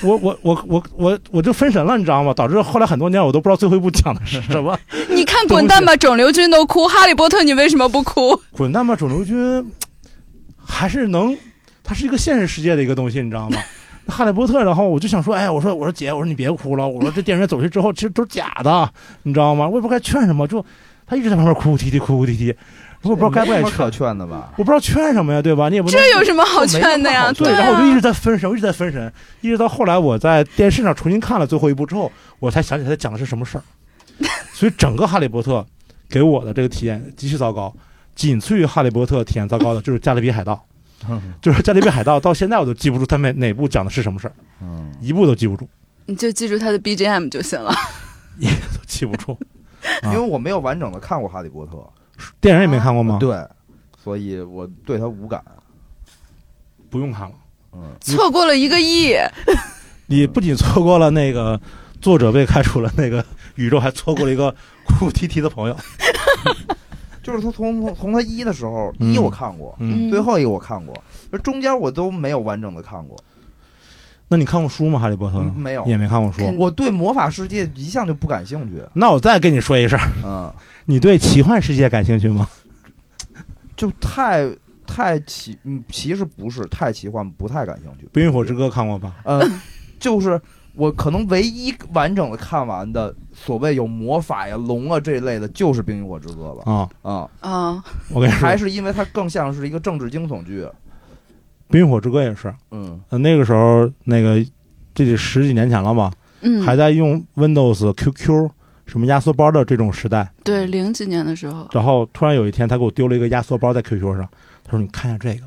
Speaker 2: 我我我我我我就分神了，你知道吗？导致后来很多年我都不知道最后一部讲的是什么。
Speaker 3: 你看《滚蛋吧，肿瘤君》都哭，《哈利波特》你为什么不 哭？
Speaker 2: 滚蛋吧，肿瘤君还是能，它是一个现实世界的一个东西，你知道吗？ 那哈利波特，然后我就想说，哎，我说我说姐，我说你别哭了，我说这电影院走去之后，其实都是假的，你知道吗？我也不知道该劝什么，就他一直在旁边哭哭啼啼，哭哭啼啼，我也不知道该不
Speaker 1: 没
Speaker 2: 该
Speaker 1: 什么
Speaker 2: 劝，
Speaker 1: 可劝的吧？
Speaker 2: 我不知道劝什么呀，对吧？你也不能
Speaker 3: 这有什么好劝的呀？
Speaker 1: 没什么好说
Speaker 2: 对，
Speaker 3: 啊
Speaker 2: 然后我就一直在分神，我一直在分神，一直到后来我在电视上重新看了最后一部之后，我才想起来他讲的是什么事 儿。所以整个《哈利波特》给我的这个体验极其糟糕，仅次于《哈利波特》体验糟糕的就是《加勒比海盗》，就是《加勒比海盗》到现在我都记不住他们哪部讲的是什么事儿，
Speaker 1: 嗯，
Speaker 2: 一部都记不住，
Speaker 3: 你就记住他的 BGM 就行了。
Speaker 2: 都记不 住。
Speaker 1: 因为我没有完整的看过《哈利波特》，
Speaker 2: 电影也没看过吗？，
Speaker 1: 对，所以我对他无感。
Speaker 2: 不用看了。
Speaker 1: 嗯，
Speaker 3: 错过了一个亿，
Speaker 2: 你不仅错过了那个作者被开除了那个宇宙，还错过了一个哭哭啼啼的朋友。
Speaker 1: 就是他从从从他一的时候，
Speaker 2: 嗯
Speaker 1: 一我看过，
Speaker 2: 嗯，
Speaker 1: 最后一个我看过，而中间我都没有完整的看过，
Speaker 2: 那你看过书吗？《哈利波特》
Speaker 1: 嗯没有
Speaker 2: 你。也没看过书。
Speaker 3: 肯
Speaker 1: 我对魔法世界一向就不感兴趣，
Speaker 2: 那我再跟你说一声，
Speaker 1: 嗯，
Speaker 2: 你对奇幻世界感兴趣吗？
Speaker 1: 就太太奇，嗯，其实不是太奇幻，不太感兴趣。
Speaker 2: 《冰与火之歌》看过吧？
Speaker 1: 呃，就是我可能唯一完整的看完的所谓有魔法呀、龙啊这一类的，就是《冰与火之歌》了
Speaker 2: 啊、
Speaker 1: 啊、
Speaker 3: 啊，
Speaker 2: 我 跟你说，
Speaker 1: 还
Speaker 2: 《
Speaker 1: 是因为它更像是一个政治惊悚剧。
Speaker 2: 冰与火之歌》也是，
Speaker 1: 嗯
Speaker 2: 呃那个时候那个这得十几年前了吧，
Speaker 3: 嗯，
Speaker 2: 还在用 Windows、QQ 什么压缩包的这种时代。
Speaker 3: 对，零几年的时候，
Speaker 2: 然后突然有一天，他给我丢了一个压缩包在 QQ 上，他说：“你看一下这个，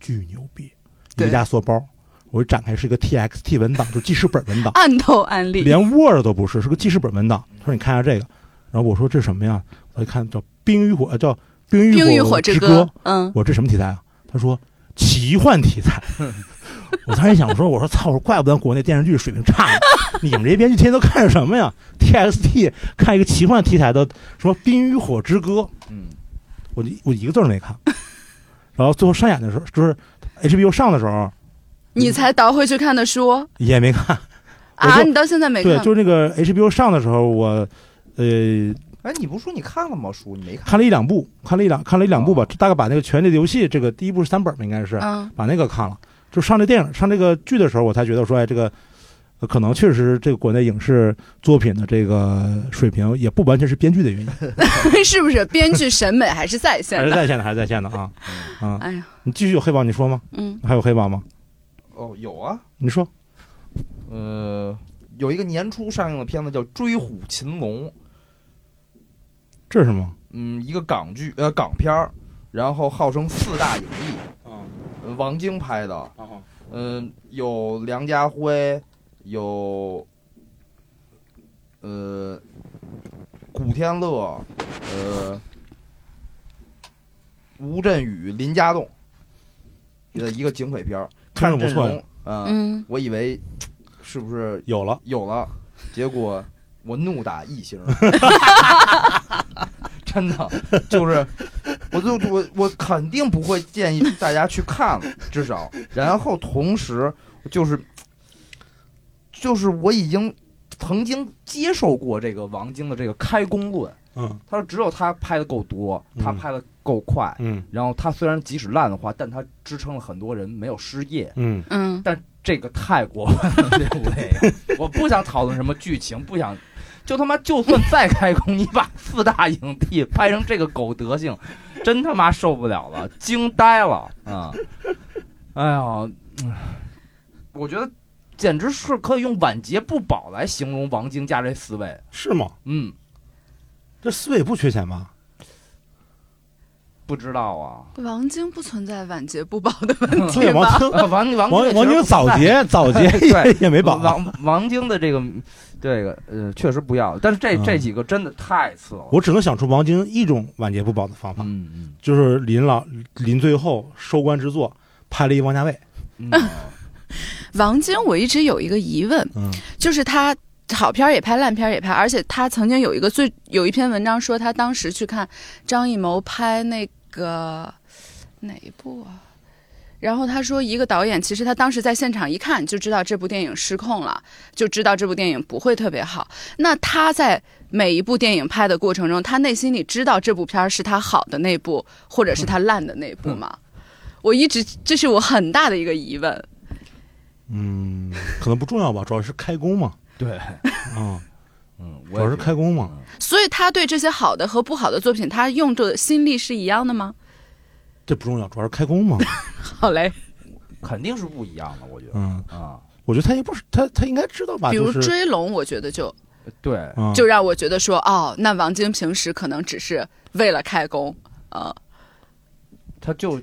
Speaker 2: 巨牛逼，一个
Speaker 3: 对
Speaker 2: 压缩包。”我一展开是一个 TXT 文档，就记事本文档。
Speaker 3: 按头安利，
Speaker 2: 连 Word 都不是，是个记事本文档。他说你看一下这个，然后我说这是什么呀？我一看叫《冰与火》，呃叫《冰与
Speaker 3: 《冰与
Speaker 2: 火
Speaker 3: 火之
Speaker 2: 歌》。
Speaker 3: 嗯，
Speaker 2: 我说这什么题材啊？他说奇幻题 材。我当时一想，我说我说操，我说怪不得国内电视剧水平差呢。你们这些编剧天天都看什么呀？TXT 看一个奇幻题材的什么《冰与火之歌》，
Speaker 1: 嗯
Speaker 2: 我就我一个字儿没 看。然后最后上演的时候，就是 HBO 上的时候
Speaker 3: 你才倒回去看的书
Speaker 2: 也没看。我
Speaker 3: 啊？
Speaker 2: 就
Speaker 3: 你到现在没
Speaker 2: 对，
Speaker 3: 看？
Speaker 2: 就是那个 HBO 上的时候，我呃
Speaker 1: 哎，你不说你看了吗？书你没看？
Speaker 2: 看了一两部，看了一两看了一两部吧
Speaker 1: 哦，
Speaker 2: 大概把那个《权力的游戏》这个第一部是三本吧，应该是
Speaker 3: 嗯，
Speaker 2: 把那个看了。就上这电影上这个剧的时候，我才觉得说，哎，这个呃可能确实这个国内影视作品的这个水平也不完全是编剧的原因，
Speaker 3: 是不是编剧审美还是在 线
Speaker 2: 还是
Speaker 3: 的？
Speaker 2: 在线的，还是在线的啊啊！
Speaker 3: 哎呀，
Speaker 2: 你继续有黑榜，你说吗？
Speaker 3: 嗯，
Speaker 2: 还有黑榜吗？
Speaker 1: 哦，有啊，
Speaker 2: 你说
Speaker 1: 呃，有一个年初上映的片子叫《追虎擒龙》，
Speaker 2: 这是什么？
Speaker 1: 嗯，一个港剧呃港片儿，然后号称四大影帝，
Speaker 2: 嗯
Speaker 1: 呃王晶拍的，嗯，有梁家辉，有呃古天乐，呃吴镇宇、林家栋的一个警匪片儿，
Speaker 2: 看着不错呀
Speaker 1: 阵容。嗯、
Speaker 3: 嗯，
Speaker 1: 我以为是不是
Speaker 2: 有了，
Speaker 1: 有了，结果我怒打一星，真的就是，我就我我肯定不会建议大家去看了，至少，然后同时就是就是我已经曾经接受过这个王晶的这个开工论，
Speaker 2: 嗯
Speaker 1: 他说只有他拍的够多，他
Speaker 2: 嗯
Speaker 1: 拍的够快，
Speaker 2: 嗯
Speaker 1: 然后他虽然即使烂的话，但他支撑了很多人没有失业。
Speaker 2: 嗯
Speaker 3: 嗯，
Speaker 1: 这个太 过分了，这部电影，我不想讨论什么剧情，不想，就他妈就算再开工，你把四大影帝拍成这个狗德行，真他妈受不了了，惊呆了啊！哎呀，嗯我觉得简直是可以用晚节不保来形容王晶家这思维，
Speaker 2: 是吗？
Speaker 1: 嗯，
Speaker 2: 这思维不缺钱吧？
Speaker 1: 不知道啊，
Speaker 3: 嗯王晶不存在晚节不保的问题
Speaker 2: 对，
Speaker 3: 吧
Speaker 2: 王？晶
Speaker 1: 呃王王
Speaker 2: 王王晶早
Speaker 1: 结。
Speaker 2: 节早节
Speaker 1: 对
Speaker 2: 也也没保。
Speaker 1: 王王晶的这个这个呃，确实不要，但是这
Speaker 2: 嗯
Speaker 1: 这几个真的太次了。
Speaker 2: 我只能想出王晶一种晚节不保的方法，
Speaker 1: 嗯
Speaker 2: 就是临老临最后收官之作拍了一王家卫。
Speaker 1: 嗯，
Speaker 3: 王晶，我一直有一个疑问，
Speaker 2: 嗯
Speaker 3: 就是他好片儿也拍，烂片儿也拍，而且他曾经有一个最有一篇文章说，他当时去看张艺谋拍那个哪一部啊？然后他说，一个导演其实他当时在现场一看就知道这部电影失控了，就知道这部电影不会特别好。那他在每一部电影拍的过程中，他内心里知道这部片儿是他好的那部，或者是他烂的那部吗？我一直这是我很大的一个疑问。
Speaker 2: 嗯，可能不重要吧，主要是开工嘛。
Speaker 1: 对，
Speaker 2: 嗯，
Speaker 1: 嗯，
Speaker 2: 主要是开工嘛。
Speaker 3: 所以他对这些好的和不好的作品，他用的心力是一样的吗？
Speaker 2: 这不重要，主要是开工嘛。
Speaker 3: 好嘞，
Speaker 1: 肯定是不一样的，我觉得
Speaker 2: 嗯，
Speaker 1: 啊，
Speaker 2: 我觉得他也不是他，他应该知道吧？
Speaker 3: 比如
Speaker 2: 啊就是
Speaker 3: 追龙，我觉得就
Speaker 1: 对，
Speaker 2: 嗯
Speaker 3: 就让我觉得说，哦，那王晶平时可能只是为了开工，呃，
Speaker 1: 他就。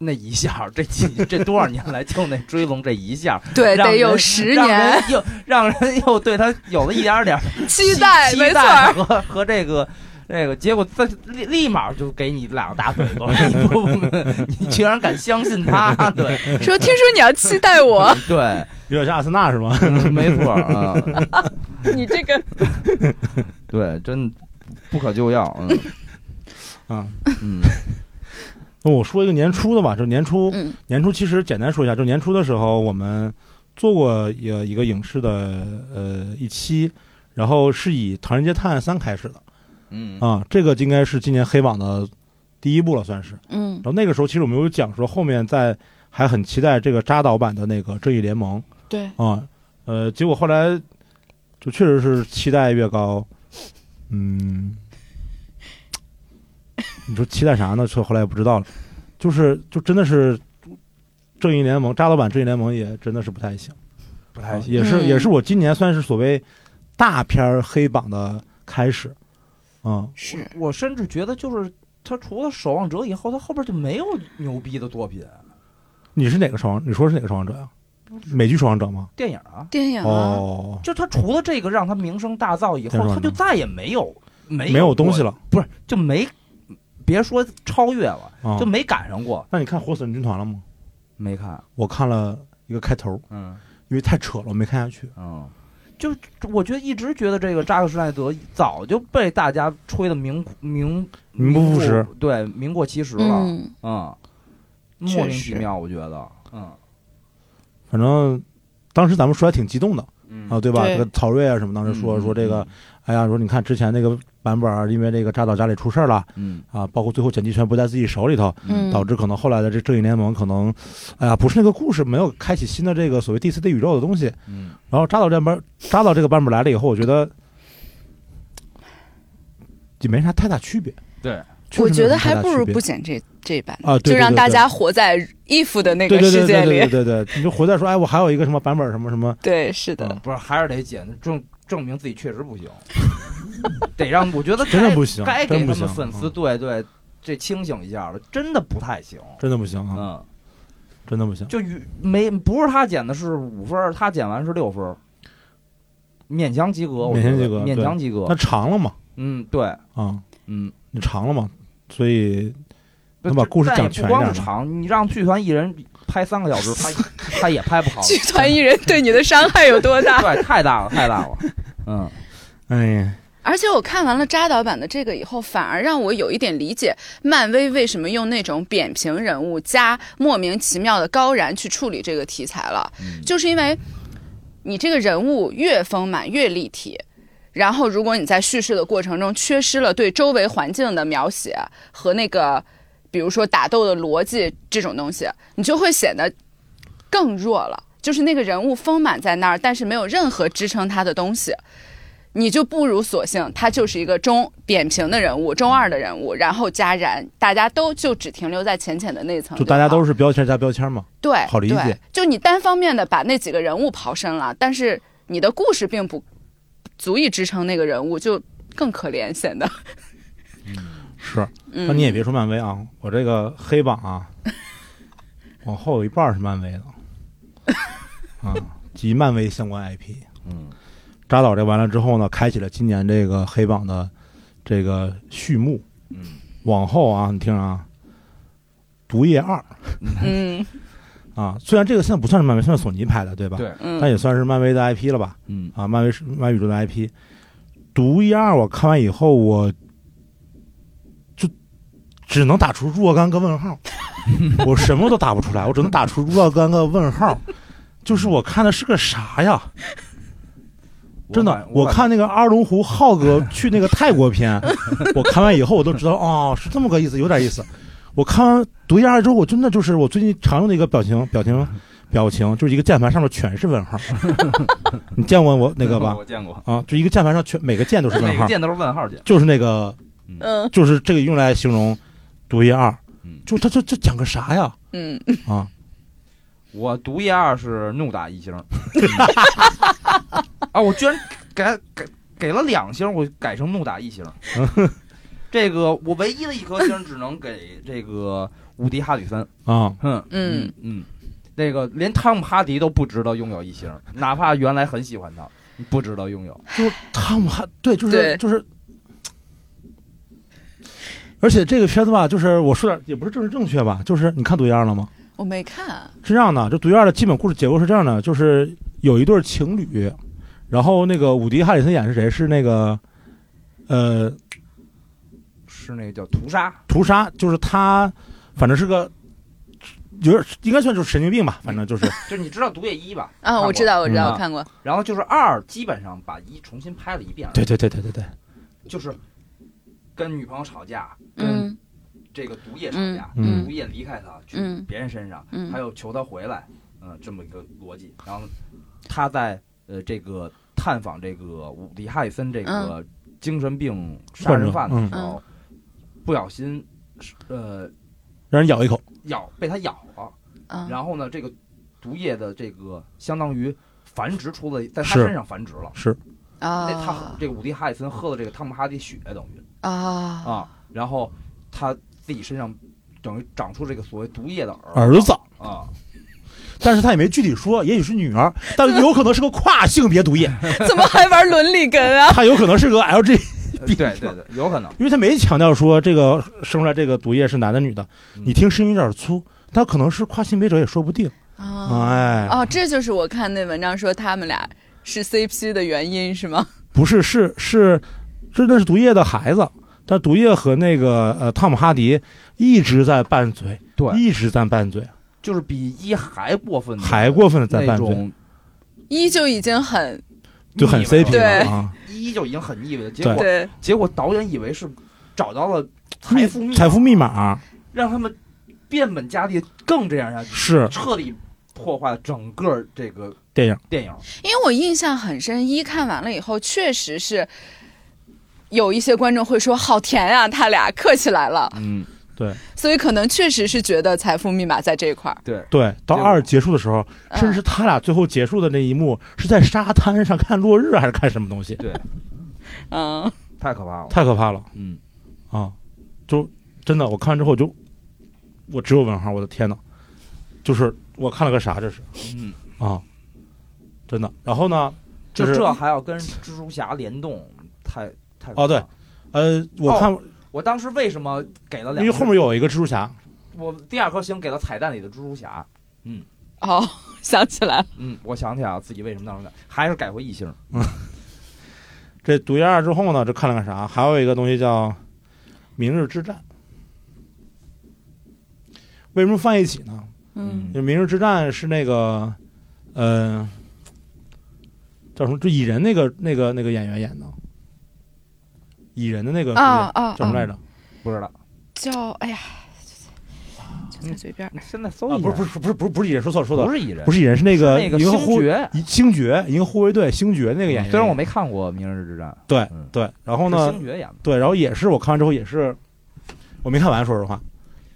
Speaker 1: 那一下儿，这几这多少年来，就那追龙这一下儿，
Speaker 3: 对，
Speaker 1: 让
Speaker 3: 得
Speaker 1: 人
Speaker 3: 有十
Speaker 1: 让
Speaker 3: 年
Speaker 1: 人又让人又对他有了一点儿点儿
Speaker 3: 嗯期待，
Speaker 1: 期
Speaker 3: 没错
Speaker 1: 待
Speaker 3: 儿，
Speaker 1: 和和这个那个，结果他立立马就给你两个大嘴巴，你不你居然敢相信他， 对，
Speaker 3: 说听说你要期待我，
Speaker 1: 对，
Speaker 2: 有点像阿森纳是吗？
Speaker 1: 嗯没错儿啊，
Speaker 3: 你这个
Speaker 1: 对，真不可救药。 嗯
Speaker 2: 嗯，
Speaker 1: 嗯
Speaker 2: 那我说一个年初的吧，就年初，
Speaker 3: 嗯
Speaker 2: 年初其实简单说一下，就年初的时候我们做过一个一个影视的呃一期，然后是以《唐人街探案三》开始的
Speaker 1: 嗯
Speaker 2: 啊，这个应该是今年黑榜的第一部了，算是。
Speaker 3: 嗯
Speaker 2: 然后那个时候其实我们有讲说后面在还很期待这个扎导版的那个《正义联盟》
Speaker 3: 对，
Speaker 2: 啊，呃，结果后来就确实是期待越高，嗯，你说期待啥呢？说后来也不知道了，就是就真的是正义联盟扎导版正义联盟也真的是不太行，
Speaker 1: 不
Speaker 2: 啊也是、
Speaker 3: 嗯
Speaker 2: 也是我今年算是所谓大片儿黑榜的开始，啊，
Speaker 3: 是
Speaker 1: 我甚至觉得就是。他除了《守望者》以后，他后边就没有牛逼的作品，
Speaker 2: 你是哪个守望？你说是哪个守望者呀、美剧守望者吗？
Speaker 1: 电影啊，
Speaker 3: 电影啊，
Speaker 2: 哦，
Speaker 1: 就他除了这个让他名声大噪以
Speaker 2: 电视
Speaker 1: 后，
Speaker 2: 上
Speaker 1: 他就再也没有没
Speaker 2: 没有
Speaker 1: 有
Speaker 2: 东西
Speaker 1: 了，
Speaker 2: 了。
Speaker 1: 不是就没，别说超越了，
Speaker 2: 啊
Speaker 1: 就没赶上过，
Speaker 2: 那你看《火死人军团》了吗？
Speaker 1: 没看，
Speaker 2: 我看了一个开头，
Speaker 1: 嗯
Speaker 2: 因为太扯了，我没看下去。
Speaker 1: 嗯，就我觉得一直觉得这个扎克施耐德早就被大家吹的名名
Speaker 2: 名不副实，
Speaker 1: 对，名过其实了，
Speaker 3: 嗯，
Speaker 1: 嗯，
Speaker 3: 确
Speaker 1: 莫名其
Speaker 3: 实
Speaker 1: 妙，我觉得，嗯
Speaker 2: 反正当时咱们说还挺激动的
Speaker 1: 嗯
Speaker 2: 啊，对吧？
Speaker 3: 对
Speaker 2: 这个曹睿啊什么，当时说说这个，，哎呀，说你看之前那个版本啊儿，因为这个扎导家里出事儿了
Speaker 1: 嗯
Speaker 2: 啊，包括最后剪辑权不在自己手里头，
Speaker 3: 嗯
Speaker 2: 导致可能后来的这正义联盟可能，哎呀，不是那个故事，没有开启新的这个所谓第四类宇宙的东西。
Speaker 1: 嗯
Speaker 2: 然后扎导这边扎导这个版本来了以后，我觉得也没啥太大区别。
Speaker 1: 对，
Speaker 2: 确实
Speaker 3: 我
Speaker 2: 没有
Speaker 3: 觉
Speaker 2: 什
Speaker 3: 得
Speaker 2: 么太
Speaker 3: 还
Speaker 2: 大
Speaker 3: 不
Speaker 2: 区
Speaker 3: 如
Speaker 2: 别
Speaker 3: 不剪这这版，
Speaker 2: 啊，对
Speaker 3: 就
Speaker 2: 对
Speaker 3: 让
Speaker 2: 对
Speaker 3: 大
Speaker 2: 对
Speaker 3: 家活在 if 的那
Speaker 2: 对
Speaker 3: 个
Speaker 2: 对
Speaker 3: 世
Speaker 2: 对
Speaker 3: 界
Speaker 2: 对对
Speaker 3: 里，
Speaker 2: 对对，对你就活在说，哎，我还有一个什么版本什么什么，
Speaker 3: 对，是的
Speaker 2: 哦
Speaker 1: 嗯，，不是，还是得剪，证证明自己确实不行， 得让我觉得
Speaker 2: 真的
Speaker 1: 该
Speaker 2: 不行
Speaker 1: 该
Speaker 2: 真
Speaker 1: 给
Speaker 2: 不
Speaker 1: 他们
Speaker 2: 行
Speaker 1: 粉丝
Speaker 2: 嗯
Speaker 1: 对对这清醒一下了，真的不太行，
Speaker 2: 真的不行啊，
Speaker 1: 嗯，
Speaker 2: 真的不行。
Speaker 1: 就与没不是他剪的是五分儿，他剪完是六分儿。勉强及格，我觉
Speaker 2: 勉强及
Speaker 1: 得
Speaker 2: 格
Speaker 1: 勉
Speaker 2: 对
Speaker 1: 强及格
Speaker 2: 那。长了嘛，
Speaker 1: 嗯，对，
Speaker 2: 啊，
Speaker 1: 嗯，
Speaker 2: 你长了嘛，所以
Speaker 1: 不
Speaker 2: 能把
Speaker 1: 这
Speaker 2: 故事
Speaker 1: 但
Speaker 2: 讲
Speaker 1: 也
Speaker 2: 全
Speaker 1: 不
Speaker 2: 一
Speaker 1: 光
Speaker 2: 点
Speaker 1: 是
Speaker 2: 嘛
Speaker 1: 长，你让剧团艺人拍三个小时，他也他也拍 不好。
Speaker 3: 剧团艺人对你的伤害有多大？
Speaker 1: 对，太大了，太大了。嗯，
Speaker 2: 哎呀，
Speaker 3: 而且我看完了扎导版的这个以后，反而让我有一点理解漫威为什么用那种扁平人物加莫名其妙的高燃去处理这个题材了，就是因为你这个人物越丰满越立体，然后，如果你在叙事的过程中缺失了对周围环境的描写和那个，比如说打斗的逻辑这种东西，你就会显得更弱了。就是那个人物丰满在那儿，但是没有任何支撑他的东西，你就不如索性他就是一个中扁平的人物，中二的人物，然后加燃，大家都就只停留在浅浅的那一层好，
Speaker 2: 就大家都是标签加标签嘛。
Speaker 3: 对，
Speaker 2: 好理
Speaker 3: 对
Speaker 2: 解。
Speaker 3: 就你单方面的把那几个人物刨深了，但是你的故事并不足以支撑那个人物，就更可怜显得。
Speaker 2: 是，那
Speaker 3: 嗯，
Speaker 2: 你也别说漫威啊，我这个黑榜啊，往后有一半是漫威 的，啊，及漫威相关 IP。
Speaker 1: 嗯，
Speaker 2: 扎导这完了之后呢，开启了今年这个黑榜的这个序幕。
Speaker 1: 嗯，
Speaker 2: 往后啊，你听啊，《毒液二
Speaker 3: 嗯》
Speaker 2: 啊，虽然这个现在不算是漫威，算是索尼拍的，对吧？
Speaker 1: 对
Speaker 2: 但
Speaker 3: 嗯，
Speaker 2: 也算是漫威的 IP 了吧？
Speaker 1: 嗯，
Speaker 2: 啊，漫威是漫威宇宙的 IP。《毒液二》我看完以后，我就只能打出若干个问 号，我什么都打不出来，我只能打出若干个问号。就是我看的是个啥呀？真的，我
Speaker 1: 感
Speaker 2: 看那个阿尔龙湖 浩哥去那个泰国片，我看完以后我都知道哦，是这么个意思，有点意思。我看完《毒液二》之后，我真的就是我最近常用的一个表情，表情，表情，就是一个键盘上面全是 问号。你见过我那个吧？
Speaker 1: 我见过，
Speaker 2: 啊，就一个键盘上全每个键都是问
Speaker 1: 每
Speaker 2: 号
Speaker 1: 个，键都是问号键。
Speaker 2: 就是那个
Speaker 3: 嗯
Speaker 2: 就是这个用来形容《毒液二》
Speaker 1: 嗯，
Speaker 2: 就他这这讲个啥呀？
Speaker 3: 嗯，
Speaker 2: 啊，
Speaker 1: 我毒液二是怒打 一星，啊，我居然改给给了两星，我改成怒打一 星。这个我唯一的一颗星只能给这个无敌哈里森。
Speaker 2: 啊，
Speaker 1: 哼，
Speaker 3: 嗯
Speaker 1: 嗯，那个连汤姆哈迪都不值得拥有一星，哪怕原来很喜欢他，不值得拥有。
Speaker 2: 就是汤姆汉，对，就是
Speaker 3: 对
Speaker 2: 就是。而且这个片子吧，就是我说点也不是政治正确吧，就是你看《毒液二》了吗？
Speaker 3: 我没看。
Speaker 2: 是这样的，这《毒液二》的基本故事结构是这样的，就是有一对情侣，然后那个伍迪·哈里森演是谁？是那个，呃，
Speaker 1: 是那个叫屠杀，
Speaker 2: 屠杀，就是他，反正是个，有点应该算就是神经病吧，反正就是
Speaker 1: 就是你知道毒液一吧？
Speaker 3: 啊，我知。道，我知
Speaker 1: 嗯
Speaker 3: 道，我看过。
Speaker 1: 然后就是二，基本上把一重新拍了一遍
Speaker 2: 。对，对对对对对，
Speaker 1: 就是跟女朋友吵架，跟
Speaker 3: 嗯
Speaker 1: 这个毒液吵架，
Speaker 2: 嗯
Speaker 1: 毒液离开他去
Speaker 3: 嗯
Speaker 1: 别人身上，
Speaker 3: 嗯
Speaker 1: 还有求他回来，嗯、这么一个逻辑。然后他在呃这个探访这个伍迪·哈里森这个精神病杀人犯的时候，不小心呃
Speaker 2: 让人咬一口，
Speaker 1: 咬被他咬了，
Speaker 3: 啊
Speaker 1: 然后呢这个毒液的这个相当于繁殖出了，在他
Speaker 2: 是
Speaker 1: 身上繁殖了。那他喝
Speaker 3: 啊
Speaker 1: 这个伍迪·哈里森喝了这个汤姆·哈迪血等于。
Speaker 3: 啊！
Speaker 1: 啊，然后他自己身上等于长出这个所谓毒液的儿
Speaker 2: 儿子，
Speaker 1: 啊，
Speaker 2: 但是他也没具体说，也许是女儿，但有可能是个跨性别毒液，
Speaker 3: 怎么还玩伦理根啊？
Speaker 2: 他有可能是个 LG，
Speaker 1: 呃对对 对，有可能。
Speaker 2: 因为他没强调说这个生出来这个毒液是男的女的，
Speaker 1: 嗯
Speaker 2: 你听声音有点粗，他可能是跨性别者也说不定。
Speaker 3: 啊
Speaker 2: 哎，
Speaker 3: 哦，这就是我看那文章说他们俩是 CP 的原因是吗？
Speaker 2: 不是，是是，这那是毒液的孩子，但毒液和那个呃汤姆哈迪一直在拌嘴，
Speaker 1: 对，
Speaker 2: 一直在拌嘴，
Speaker 1: 就是比一还过分的，
Speaker 2: 还过分的在
Speaker 1: 那
Speaker 2: 拌嘴，
Speaker 1: 种
Speaker 3: 依旧已经很
Speaker 2: 就很
Speaker 1: 腻味
Speaker 2: CP
Speaker 1: 了
Speaker 3: 对
Speaker 2: 了啊！
Speaker 1: 一就已经很腻歪了，结
Speaker 2: 对
Speaker 1: 果
Speaker 3: 对，
Speaker 1: 结果导演以为是找到了财富密
Speaker 2: 财富密码
Speaker 1: 让他们变本加厉，更这样下去，
Speaker 2: 是
Speaker 1: 彻底破坏了整个这个
Speaker 2: 电影，
Speaker 1: 电影。
Speaker 3: 因为我印象很深，一看完了以后，确实是有一些观众会说好甜呀、他俩客起来了，
Speaker 1: 嗯，
Speaker 3: 所以可能确实是觉得财富密码在这一块儿。
Speaker 1: 对，
Speaker 2: 对，到
Speaker 1: 对
Speaker 2: 二结束的时候，
Speaker 3: 嗯
Speaker 2: 甚至他俩最后结束的那一幕是在沙滩上看落日还是看什么东西，
Speaker 3: 嗯，
Speaker 1: 太可怕了。
Speaker 2: 太可怕了
Speaker 1: 嗯，
Speaker 2: 啊！就真的，我看完之后就我只有问号，我的天呐，就是我看了个啥这是
Speaker 1: 嗯，
Speaker 2: 啊，真的。然后呢，
Speaker 1: 就
Speaker 2: 就是
Speaker 1: 这还要跟蜘蛛侠联动，太太可
Speaker 2: 哦对
Speaker 1: 怕了
Speaker 2: 呃，我看、
Speaker 1: 我当时为什么给了
Speaker 2: 因
Speaker 1: 哦两
Speaker 2: 为
Speaker 1: 个？
Speaker 2: 后面有一个蜘蛛侠，
Speaker 1: 我第二颗星给了彩蛋里的蜘蛛侠。
Speaker 3: 哦， 想起来了，
Speaker 1: 嗯，我想起来了，自己为什么当时改，还是改回一星。
Speaker 2: 这毒液二之后呢，就看了个啥，还有一个东西叫《明日之战》。为什么放一起呢？
Speaker 3: 嗯
Speaker 2: 就《明日之战》是那个，呃，叫什么？就蚁人那个那个那个演员演的，蚁人的那个
Speaker 3: 啊啊
Speaker 2: 叫什么来着？
Speaker 1: 不知道。
Speaker 3: 叫哎呀，就
Speaker 2: 嗯
Speaker 3: 在嘴边。
Speaker 1: 现在搜
Speaker 2: 啊，
Speaker 1: 一
Speaker 2: 不
Speaker 1: 下
Speaker 2: 是不是不是不是不是蚁人，说错了说错
Speaker 1: 不
Speaker 2: 了，
Speaker 1: 是蚁人，
Speaker 2: 不
Speaker 1: 是
Speaker 2: 是蚁人，是那个
Speaker 1: 那个
Speaker 2: 一个
Speaker 1: 星
Speaker 2: 护
Speaker 1: 爵。
Speaker 2: 一星嗯爵，一个护卫队星爵那个演员。
Speaker 1: 虽然我没看过《明日之战》，
Speaker 2: 对
Speaker 1: 嗯
Speaker 2: 对，然后
Speaker 1: 是
Speaker 2: 呢
Speaker 1: 星，爵演的。
Speaker 2: 对，然后也是我看完之后也是，我没看完，说实话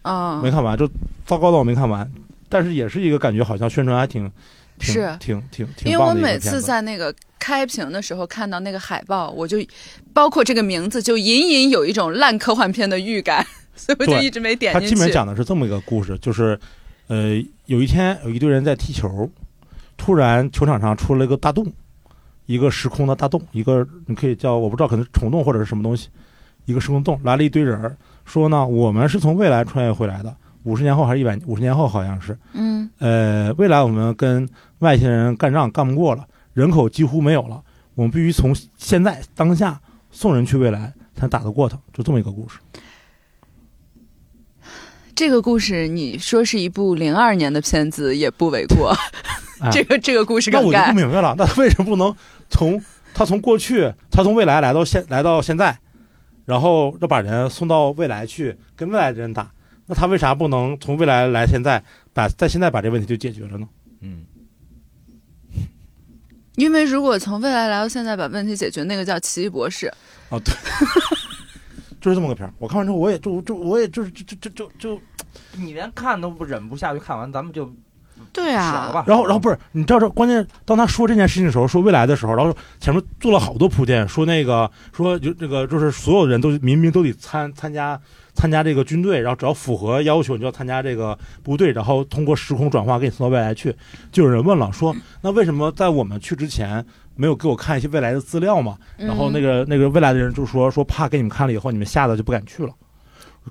Speaker 3: 嗯
Speaker 2: 没，看完，就糟糕到我没看完，但是也是一个感觉好像宣传还挺挺
Speaker 3: 是
Speaker 2: 挺挺挺
Speaker 3: 因为我
Speaker 2: 棒的一个
Speaker 3: 每
Speaker 2: 片
Speaker 3: 次
Speaker 2: 子
Speaker 3: 在那个开屏的时候看到那个海报，我就包括这个名字，就隐隐有一种烂科幻片的预感，所以我就
Speaker 2: 对
Speaker 3: 一直没点
Speaker 2: 他
Speaker 3: 进
Speaker 2: 基
Speaker 3: 去。
Speaker 2: 本讲的是这么一个故事，就是，呃，有一天有一堆人在踢球，突然球场上出了一个大洞，一个时空的大洞，一个你可以叫我不知道可能是虫洞或者是什么东西，一个时空洞来了一堆人儿，说呢我们是从未来穿越回来的，五十年后还是一百五十年后好像是，
Speaker 3: 嗯
Speaker 2: 呃，未来我们跟外星人干仗干不过了，人口几乎没有了，我们必须从现在当下送人去未来才打得过他，就这么一个故事。
Speaker 3: 这个故事你说是一部零二年的片子也不为过，
Speaker 2: 哎
Speaker 3: 这个这个故事
Speaker 2: 那
Speaker 3: 梗
Speaker 2: 我就不
Speaker 3: 概，
Speaker 2: 明白了，那他为什么不能从他从过去，他从未来来到现来到现在，然后要把人送到未来去跟未来的人打？那他为啥不能从未来来现在，把在现在把这问题就解决了呢？
Speaker 1: 嗯，
Speaker 3: 因为如果从未来来到现在把问题解决，那个叫奇异博士。
Speaker 2: 啊，对，就是这么个片儿。我看完之后，我也就就我也就是就就就就，
Speaker 1: 你连看都不忍不下去看完，咱们就
Speaker 3: 对
Speaker 1: 少了
Speaker 3: 啊，
Speaker 1: 吧。
Speaker 2: 然后然后不是，你知道这关键，当他说这件事情的时候，说未来的时候，然后前面做了好多铺垫，说那个说就这个就是所有人都民兵都得参参加参加这个军队，然后只要符合要求，你就要参加这个部队，然后通过时空转化给你送到未来去。就有人问了，说那为什么在我们去之前没有给我看一些未来的资料嘛？嗯然后那个那个未来的人就说说怕给你们看了以后你们吓得就不敢去了，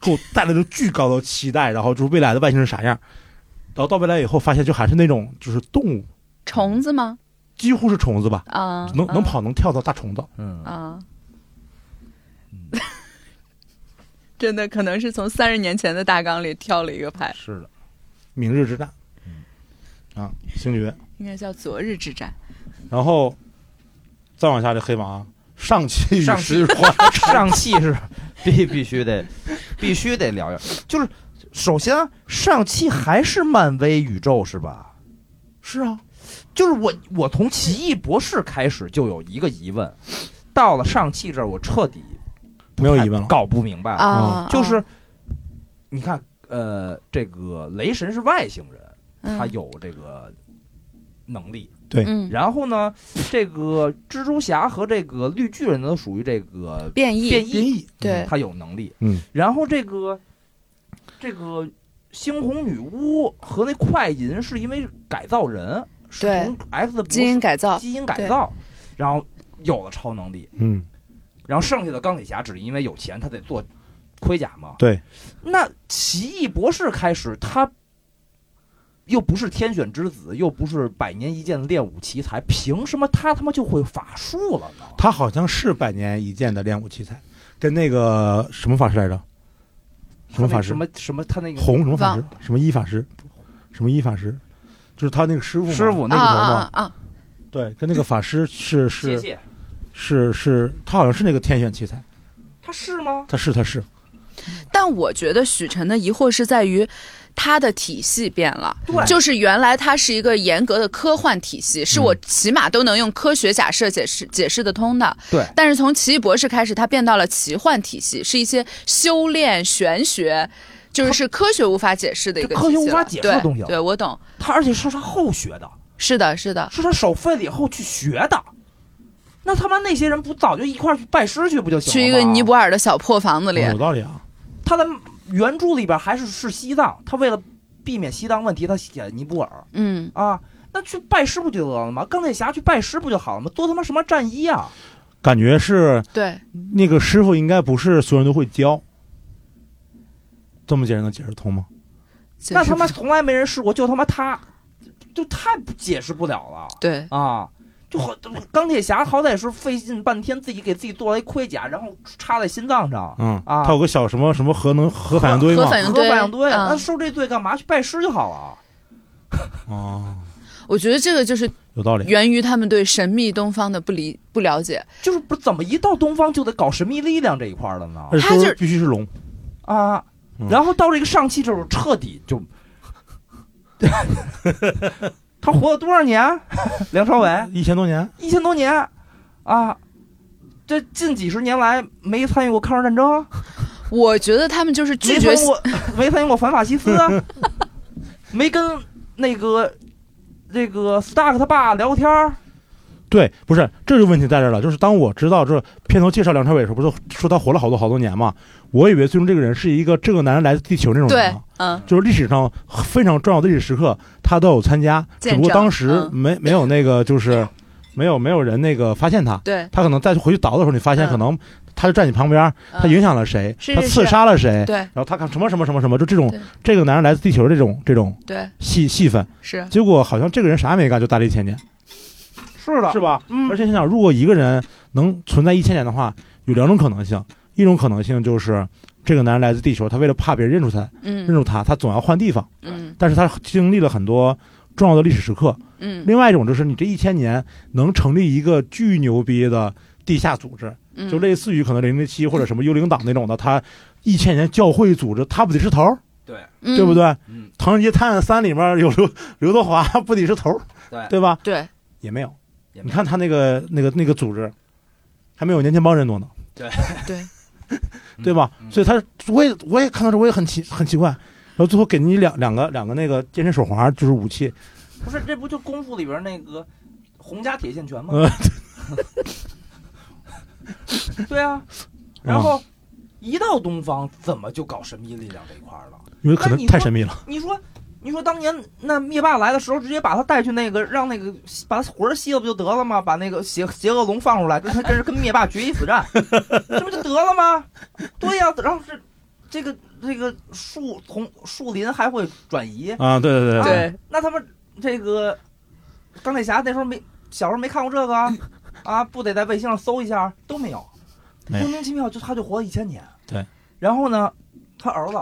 Speaker 2: 给我带来了巨高的期待，然后就是未来的外星人啥样，然后到未来以后发现就还是那种就是动物，
Speaker 3: 虫子吗？
Speaker 2: 几乎是虫子吧，
Speaker 3: 啊，
Speaker 2: 能能
Speaker 3: 啊
Speaker 2: 跑能跳的大虫子，
Speaker 1: 嗯，
Speaker 3: 啊
Speaker 1: 嗯。
Speaker 3: 真的可能是从三十年前的大纲里挑了一个牌，
Speaker 1: 是的，
Speaker 2: 明日之战，啊，星爵，
Speaker 3: 应该叫《昨日之战
Speaker 2: 然后再往下这黑马啊，上期与
Speaker 1: 上期
Speaker 2: 石 化，
Speaker 1: 上汽是 必必须得必须得聊一下，就是首先啊上汽还是漫威宇宙是吧？
Speaker 2: 是啊，
Speaker 1: 就是我我从奇异博士开始就有一个疑问，到了上汽这儿我彻底
Speaker 2: 没有疑问了，
Speaker 1: 搞不明
Speaker 3: 哦
Speaker 1: 白》了，
Speaker 2: 啊
Speaker 1: 就是你看呃这个雷神是外星人，他有这个能力，
Speaker 2: 对
Speaker 3: 嗯
Speaker 1: 然后呢这个蜘蛛侠和这个绿巨人呢都属于这个
Speaker 3: 变异
Speaker 1: 变异
Speaker 2: 变异，
Speaker 3: 对
Speaker 1: 他有能力。
Speaker 2: 嗯，
Speaker 1: 然后这个这个猩红女巫和那快银是因为改造人，是
Speaker 3: 对
Speaker 1: 从 X 的博士
Speaker 3: 基因改造，
Speaker 1: 基因改造，然后有了超能力。
Speaker 2: 嗯，
Speaker 1: 然后剩下的钢铁侠只是因为有钱，他得做盔甲嘛。
Speaker 2: 对，
Speaker 1: 那奇异博士开始他。又不是天选之子，又不是百年一见的练武奇才，凭什么他他妈就会法术了呢？
Speaker 2: 他好像是百年一见的练武奇才，跟那个什么法师来着？什
Speaker 1: 他那
Speaker 2: 么法师
Speaker 1: 什？么什么？他那个
Speaker 2: 红什么法
Speaker 3: 忘
Speaker 2: 师？什么一法师？什么一法师？就是他那个师傅嘛，
Speaker 1: 师傅那
Speaker 3: 啊
Speaker 1: 个
Speaker 2: 头
Speaker 3: 啊
Speaker 2: 嘛
Speaker 3: 啊啊！
Speaker 2: 对，跟那个法师是
Speaker 1: 谢
Speaker 2: 是
Speaker 1: 谢，
Speaker 2: 是是，他好像是那个天选奇才，
Speaker 1: 他是吗？
Speaker 2: 他是他是，
Speaker 3: 但我觉得许晨的疑惑是在于。他的体系变了，
Speaker 1: 对，
Speaker 3: 就是原来它是一个严格的科幻体系，是我
Speaker 2: 嗯
Speaker 3: 起码都能用科学假设解释解释得通的。
Speaker 1: 对
Speaker 3: 但是从奇异博士开始，它变到了奇幻体系，是一些修炼、玄学，就是是科学无法解释的一个
Speaker 1: 这科学
Speaker 3: 体系
Speaker 1: 无法
Speaker 3: 了
Speaker 1: 解释的
Speaker 3: 对
Speaker 1: 东西了
Speaker 3: 对，我懂，
Speaker 1: 他而且是他后学的，
Speaker 3: 是的，是的，
Speaker 1: 是他手废了以后去学的。那他妈那些人不早就一块儿去拜师去不就行了
Speaker 3: 去一个
Speaker 1: 吗
Speaker 3: 尼泊尔的小破房子里，
Speaker 2: 有道理啊。
Speaker 1: 他在原著里边还是是西藏，他为了避免西藏问题，他写尼泊尔
Speaker 3: 嗯，
Speaker 1: 啊。那去拜师不就得了吗？钢铁侠去拜师不就好了吗？做他妈什么战衣啊？
Speaker 2: 感觉是
Speaker 3: 对，
Speaker 2: 那个师傅应该不是所有人都会教，这么简单能解释通吗？
Speaker 3: 解
Speaker 1: 那
Speaker 3: 释
Speaker 1: 他妈
Speaker 3: 不
Speaker 1: 从来没人试过，就他妈他，就太不解释不了了。
Speaker 3: 对，
Speaker 1: 啊，就好钢铁侠好歹是费劲半天自己给自己做了一盔甲，然后插在心脏上，
Speaker 2: 嗯，
Speaker 1: 啊
Speaker 2: 他有个小什么什么核能核反应堆
Speaker 3: 核
Speaker 2: 嘛，
Speaker 3: 反应
Speaker 1: 核
Speaker 3: 堆，
Speaker 1: 反应堆，
Speaker 3: 嗯
Speaker 4: 啊
Speaker 1: 那受这罪干嘛？去拜师就好了。
Speaker 2: 哦，
Speaker 3: 我觉得这个就是
Speaker 2: 有道理。
Speaker 3: 源于他们对神秘东方的不理不了解。
Speaker 4: 就是不怎么一到东方就得搞神秘力量这一块儿了呢
Speaker 2: 而且
Speaker 3: 他
Speaker 2: 说
Speaker 3: 就是
Speaker 2: 必须是龙，
Speaker 4: 啊
Speaker 2: 嗯！
Speaker 4: 然后到这个上期这种彻底 就，他活了多少年？啊梁朝伟
Speaker 2: 一千多年，
Speaker 4: 一千多年啊！这近几十年来没参与过抗日战争，啊
Speaker 3: 我觉得他们就是拒
Speaker 4: 没
Speaker 3: 绝
Speaker 4: 参与过没参与过反法 西斯，啊没跟那个那个 Stark 他爸聊过天儿
Speaker 2: 对，不是，这就问题在这儿了。就是当我知道这片头介绍梁朝伟的时候，不是说他活了好多好多年嘛？我以为最终这个人是一个这个男人来自地球那种人
Speaker 3: 对
Speaker 2: 嘛，，
Speaker 3: 嗯，
Speaker 2: 就是历史上非常重要的历史时刻，他都有参加，只
Speaker 3: 见
Speaker 2: 不过
Speaker 3: 证
Speaker 2: 当时
Speaker 3: 嗯
Speaker 2: 没没有那个 就是没有没有人那个发现他，
Speaker 3: 对，
Speaker 2: 他可能再回去倒的时候，你发现
Speaker 3: 嗯
Speaker 2: 可能他就站你旁边，他
Speaker 3: 嗯
Speaker 2: 影响了谁，
Speaker 3: 是
Speaker 2: 他
Speaker 3: 是
Speaker 2: 刺
Speaker 3: 是
Speaker 2: 杀了谁，
Speaker 3: 对
Speaker 2: 然后他看什么什么什么什么，就这种
Speaker 3: 对嗯
Speaker 2: 这个男人来自地球这种这种
Speaker 3: 对
Speaker 2: 戏戏份，
Speaker 3: 是，
Speaker 2: 结果好像这个人啥也没干就待了一千年，
Speaker 4: 是的，
Speaker 2: 是吧？
Speaker 4: 嗯
Speaker 2: 而且想想，如果一个人能存在一千年的话，有两种可能性，一种可能性就是这个男人来自地球，他为了怕别人认出他，认
Speaker 3: 嗯
Speaker 2: 出他，他总要换地方，
Speaker 3: 嗯
Speaker 2: 但是他经历了很多重要的历史时刻。
Speaker 3: 嗯
Speaker 2: 另外一种就是你这一千年能成立一个巨牛逼的地下组织，
Speaker 3: 嗯，
Speaker 2: 就类似于可能零零七或者什么幽灵党那种的，他一千年教会组织，他不得是头儿，
Speaker 3: 嗯
Speaker 2: 对不？对？
Speaker 4: 嗯，
Speaker 2: 唐人街探案三》里面有刘刘德华，不得是头儿，
Speaker 4: 对
Speaker 2: 对吧？
Speaker 3: 对，
Speaker 2: 也没有，
Speaker 4: 也没有
Speaker 2: 你看他那个那个那个组织，还没有年轻帮人多呢，
Speaker 3: 对，
Speaker 2: 对吧？
Speaker 4: 嗯
Speaker 2: 所以他我也我也看到这，我也很奇很奇怪。然后最后给你两两个两个那个健身手环，就是武器，
Speaker 4: 不是，这不就功夫里边那个洪家铁线拳吗？
Speaker 1: 嗯
Speaker 2: 呃，
Speaker 4: 对啊，然
Speaker 1: 嗯
Speaker 4: 后一到东方，怎么就搞神秘力量这一块儿了？
Speaker 2: 因为可能太神秘了，
Speaker 4: 你说，你说当年那灭霸来的时候，直接把他带去那个，让那个把魂儿吸了不就得了吗？把那个邪邪恶龙放出来，跟他跟跟灭霸决一死战，这不就得了吗？对呀、然后是这个这个树从树林还会转移，
Speaker 2: 啊！对对对
Speaker 3: 对，
Speaker 4: 那他们这个钢铁侠那时候没小时候没看过这个啊，啊，不得在卫星上搜一下都没有，
Speaker 2: 没有
Speaker 4: 莫名其妙就他就活了一千年。
Speaker 2: 对，
Speaker 4: 然后呢，他儿子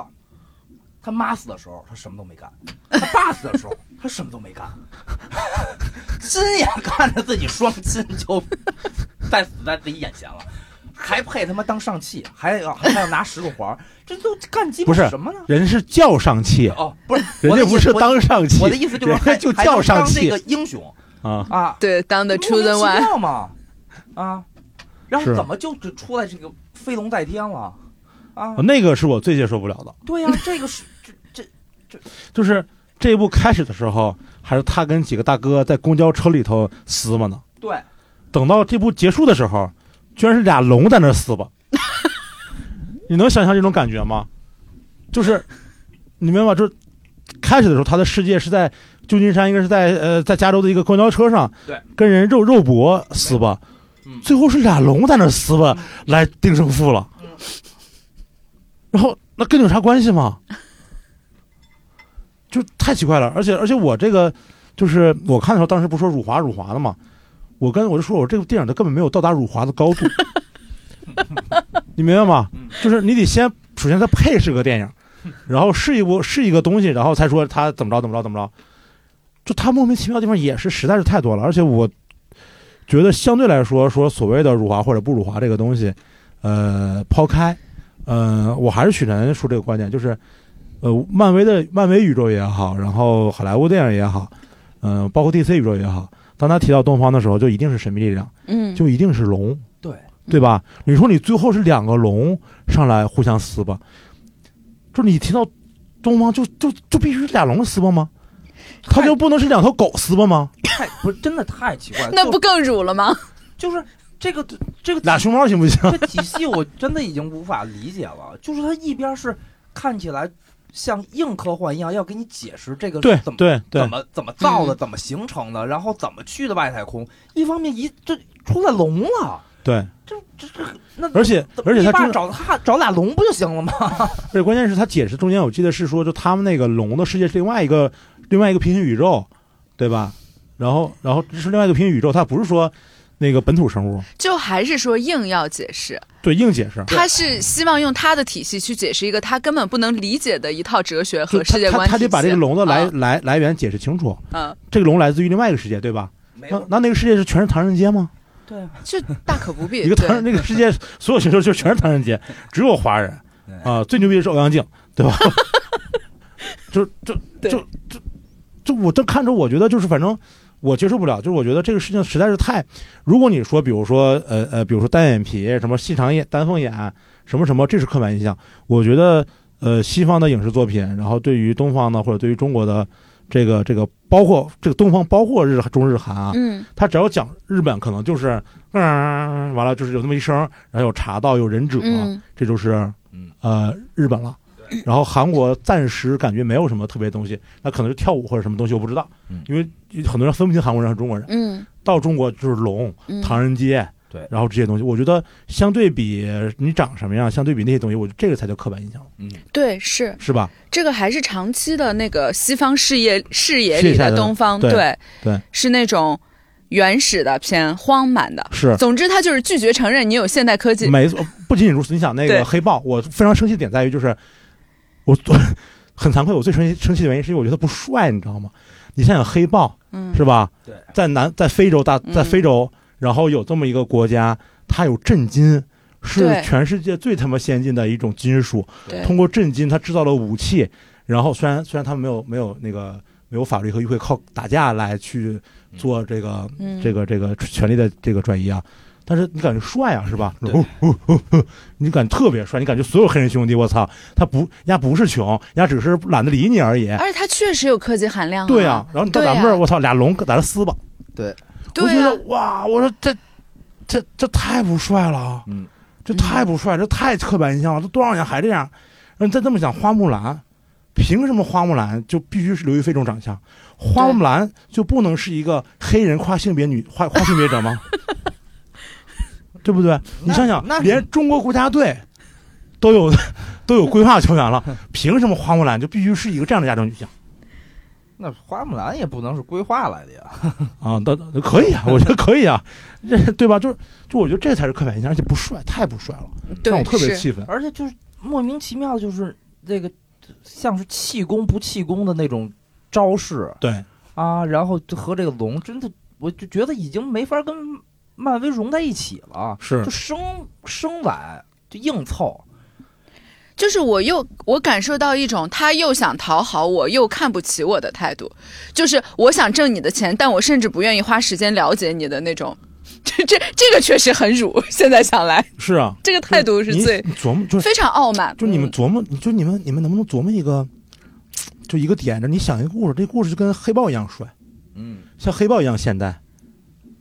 Speaker 4: 他妈死的时候他什么都没干，他爸死 的时候他什么都没干，亲眼看着自己双亲就在死在自己眼前了。还配他妈当上气，还要还要拿石头环儿，这都干鸡巴
Speaker 2: 不是
Speaker 4: 什么呢？
Speaker 2: 人是叫上气，
Speaker 4: 哦，不是，
Speaker 2: 人
Speaker 4: 我的
Speaker 2: 家
Speaker 4: 意思
Speaker 2: 不是当上气，
Speaker 4: 我的意思就是
Speaker 2: 人家
Speaker 4: 还
Speaker 2: 就
Speaker 4: 还
Speaker 2: 叫
Speaker 4: 能
Speaker 2: 上
Speaker 4: 当这
Speaker 2: 气
Speaker 4: 个英雄
Speaker 2: 啊！
Speaker 4: 啊，
Speaker 3: 对，当的
Speaker 4: 莫
Speaker 3: chosen
Speaker 4: 名其
Speaker 3: one，
Speaker 4: 妙嘛，啊，然后
Speaker 2: 是
Speaker 4: 怎么就只出来这个飞龙在天了？啊，
Speaker 2: 那个是我最接受不了的，
Speaker 4: 对呀、这个是这这
Speaker 2: 就是这一部开始的时候，还是他跟几个大哥在公交车里头撕嘛呢。
Speaker 4: 对，
Speaker 2: 等到这部结束的时候，居然是俩龙在那儿 撕吧，你能想象这种感觉吗？就是你明白吗？就是开始的时候，他的世界是在旧金山，应该是在呃在加州的一个公交车上，
Speaker 4: 对，
Speaker 2: 跟人肉肉搏撕吧
Speaker 4: 嗯，
Speaker 2: 最后是俩龙在那儿撕吧
Speaker 4: 嗯，
Speaker 2: 来定胜负了
Speaker 4: 嗯。
Speaker 2: 然后那跟你有啥关系吗？就太奇怪了，而且而且我这个就是我看的时候，当时不说辱华辱华的嘛，我跟我就说我这部电影它根本没有到达辱华的高度， 你明白吗
Speaker 4: 嗯？
Speaker 2: 就是你得先首先它配是个电影，然后是一部是一个东西，然后才说它怎么着怎么着怎么着，就它莫名其妙的地方也是实在是太多了，而且我觉得相对来说说所谓的辱华或者不辱华这个东西，呃，抛开，呃，我还是许晨说这个观点，就是呃，漫威的漫威宇宙也好，然后好莱坞电影也好，嗯、包括 DC 宇宙也好，当他提到东方的时候，就一定是神秘力量，
Speaker 3: 嗯，
Speaker 2: 就一定是龙，
Speaker 4: 对
Speaker 2: 对吧？你说你最后是两个龙上来互相撕吧，就是你提到东方就就就必须是俩龙撕吧吗？他
Speaker 4: 太
Speaker 2: 就不能是两头狗撕吧吗？
Speaker 4: 太不是真的太奇怪了，
Speaker 3: 那
Speaker 4: 就
Speaker 3: 不更辱了 吗？
Speaker 4: 就是这个这个
Speaker 2: 俩熊猫行不行？
Speaker 4: 这体系我真的已经无法理解了，就是它一边是看起来像硬科幻一样要给你解释这个
Speaker 2: 对
Speaker 4: 怎么
Speaker 2: 对对
Speaker 4: 怎，么怎么造
Speaker 3: 嗯
Speaker 4: 的，怎么形成的，然后怎么去的外太空，一方面一这出来龙了，
Speaker 2: 对，
Speaker 4: 这这这那
Speaker 2: 而且
Speaker 4: 怎么
Speaker 2: 而且
Speaker 4: 灭
Speaker 2: 他
Speaker 4: 霸
Speaker 2: 中，
Speaker 4: 找他找俩龙不就行了 吗？
Speaker 2: 而且关键是他解释中间，我记得是说，就他们那个龙的世界是另外一个另外一个平行宇宙，对吧？然后然后这是另外一个平行宇宙，它不是说那个本土生物，
Speaker 3: 就还是说硬要解释，
Speaker 2: 对硬解释，
Speaker 3: 他是希望用他的体系去解释一个他根本不能理解的一套哲学
Speaker 2: 就
Speaker 3: 和
Speaker 2: 他
Speaker 3: 世界
Speaker 2: 他
Speaker 3: 观体系。
Speaker 2: 他得把这个龙的来
Speaker 3: 啊
Speaker 2: 来来源解释清楚，
Speaker 3: 嗯
Speaker 2: 这个龙来自于另外一个世界，对吧？
Speaker 5: 没
Speaker 2: 那那那个世界是全是唐人街吗？
Speaker 5: 对，
Speaker 3: 就大可不必。
Speaker 2: 一个唐人
Speaker 3: 对，
Speaker 2: 那个世界所有选手就全是唐人街，只有华人
Speaker 5: 对
Speaker 2: 啊，最牛逼的是欧阳靖，对吧？ 就就就
Speaker 3: 对
Speaker 2: 就就我这看着，我觉得就是反正我接受不了，就是我觉得这个事情实在是太，如果你说比如说呃呃，比如说单眼皮什么细长眼、单凤眼什么什么，这是刻板印象，我觉得呃西方的影视作品，然后对于东方呢或者对于中国的这个这个包括这个东方包括日中日韩啊，
Speaker 3: 嗯，
Speaker 2: 他只要讲日本，可能就是嗯，完了就是有那么一声，然后有茶道，有忍者，
Speaker 3: 嗯
Speaker 2: 这就是
Speaker 1: 嗯
Speaker 2: 呃日本了。然后韩国暂时感觉没有什么特别东西，那可能是跳舞或者什么东西，我不知道
Speaker 1: 嗯，
Speaker 2: 因为很多人分不清韩国人和中国人。
Speaker 3: 嗯
Speaker 2: 到中国就是龙、
Speaker 3: 嗯，
Speaker 2: 唐人街，
Speaker 1: 对
Speaker 2: 然后这些东西，我觉得相对比你长什么样，相对比那些东西，我觉得这个才叫刻板印象，
Speaker 1: 嗯，
Speaker 3: 对，是
Speaker 2: 是吧？
Speaker 3: 这个还是长期的那个西方视野视野里
Speaker 2: 卸下
Speaker 3: 的
Speaker 2: 的
Speaker 3: 东方，
Speaker 2: 对
Speaker 3: 对
Speaker 2: 对
Speaker 3: 是那种原始的偏荒蛮的。
Speaker 2: 是，
Speaker 3: 总之，他就是拒绝承认你有现代科技。
Speaker 2: 没错，不仅仅如此，你想那
Speaker 3: 对
Speaker 2: 个黑豹，我非常生气的点在于就是，我很惭愧，我最生气生气的原因是因为我觉得他不帅，你知道吗？你想想黑豹
Speaker 3: 嗯，
Speaker 2: 是吧？
Speaker 1: 对，
Speaker 2: 在南在非洲大
Speaker 3: 嗯
Speaker 2: 在非洲，然后有这么一个国家，它有震金。是
Speaker 3: 对
Speaker 2: 全世界最他妈先进的一种金属，
Speaker 3: 对
Speaker 2: 通过震金，它制造了武器。然后虽然虽然他们没有没有那个没有法律和议会靠打架来去做这个
Speaker 3: 嗯，
Speaker 2: 这个这个权力的这个转移啊。但是你感觉帅啊，是吧？
Speaker 1: 对
Speaker 2: 哦哦哦哦你感觉特别帅，你感觉所有黑人兄弟，我操，他不，人家不是穷，人家只是懒得理你而已。
Speaker 3: 而且它确实有科技含量、啊。
Speaker 2: 对啊，然后你到
Speaker 3: 啊对
Speaker 2: 咱们
Speaker 3: 啊
Speaker 2: 这儿，我操，俩龙搁咱这撕吧。我
Speaker 3: 对
Speaker 2: 觉
Speaker 3: 啊
Speaker 2: 得，哇，我说这这这太不帅了，啊
Speaker 1: 嗯，
Speaker 2: 这太不帅，这太刻板印象了，这多少年还这样？然后你再这么想，花木兰，凭什么花木兰就必须是刘亦菲这种长相？花木兰就不能是一个黑人跨性别女跨跨性别者吗？ 对不对？你想想
Speaker 1: 那，
Speaker 2: 连中国国家队都有 都有规划球员了，凭什么花木兰就必须是一个这样的亚洲女性
Speaker 1: 那花木兰也不能是规划来的呀。
Speaker 2: 啊？那那可以啊，我觉得可以啊，这对吧？就是就我觉得这才是刻板印象，而且不帅，太不帅了。
Speaker 3: 对，
Speaker 2: 让我特别
Speaker 3: 是
Speaker 2: 气愤。
Speaker 1: 而且就是莫名其妙，就是这个像是气功不气功的那种招式
Speaker 2: 对，
Speaker 1: 啊，然后就和这个龙真的，我就觉得已经没法跟漫威融在一起了，
Speaker 2: 是
Speaker 1: 就生生来就硬凑。
Speaker 3: 就是我又我感受到一种他又想讨好我又看不起我的态度，就是我想挣你的钱，但我甚至不愿意花时间了解你的那种。 这这这个确实很辱，现在想来，
Speaker 2: 是啊，
Speaker 3: 这个态度是
Speaker 2: 你
Speaker 3: 最
Speaker 2: 你琢磨，就是
Speaker 3: 非常傲慢。
Speaker 2: 就是你们
Speaker 3: 嗯
Speaker 2: 琢磨，你就你们你们能不能琢磨一个，就一个点着？你想一个故事，这故事就跟黑豹一样帅，
Speaker 1: 嗯，
Speaker 2: 像黑豹一样现代，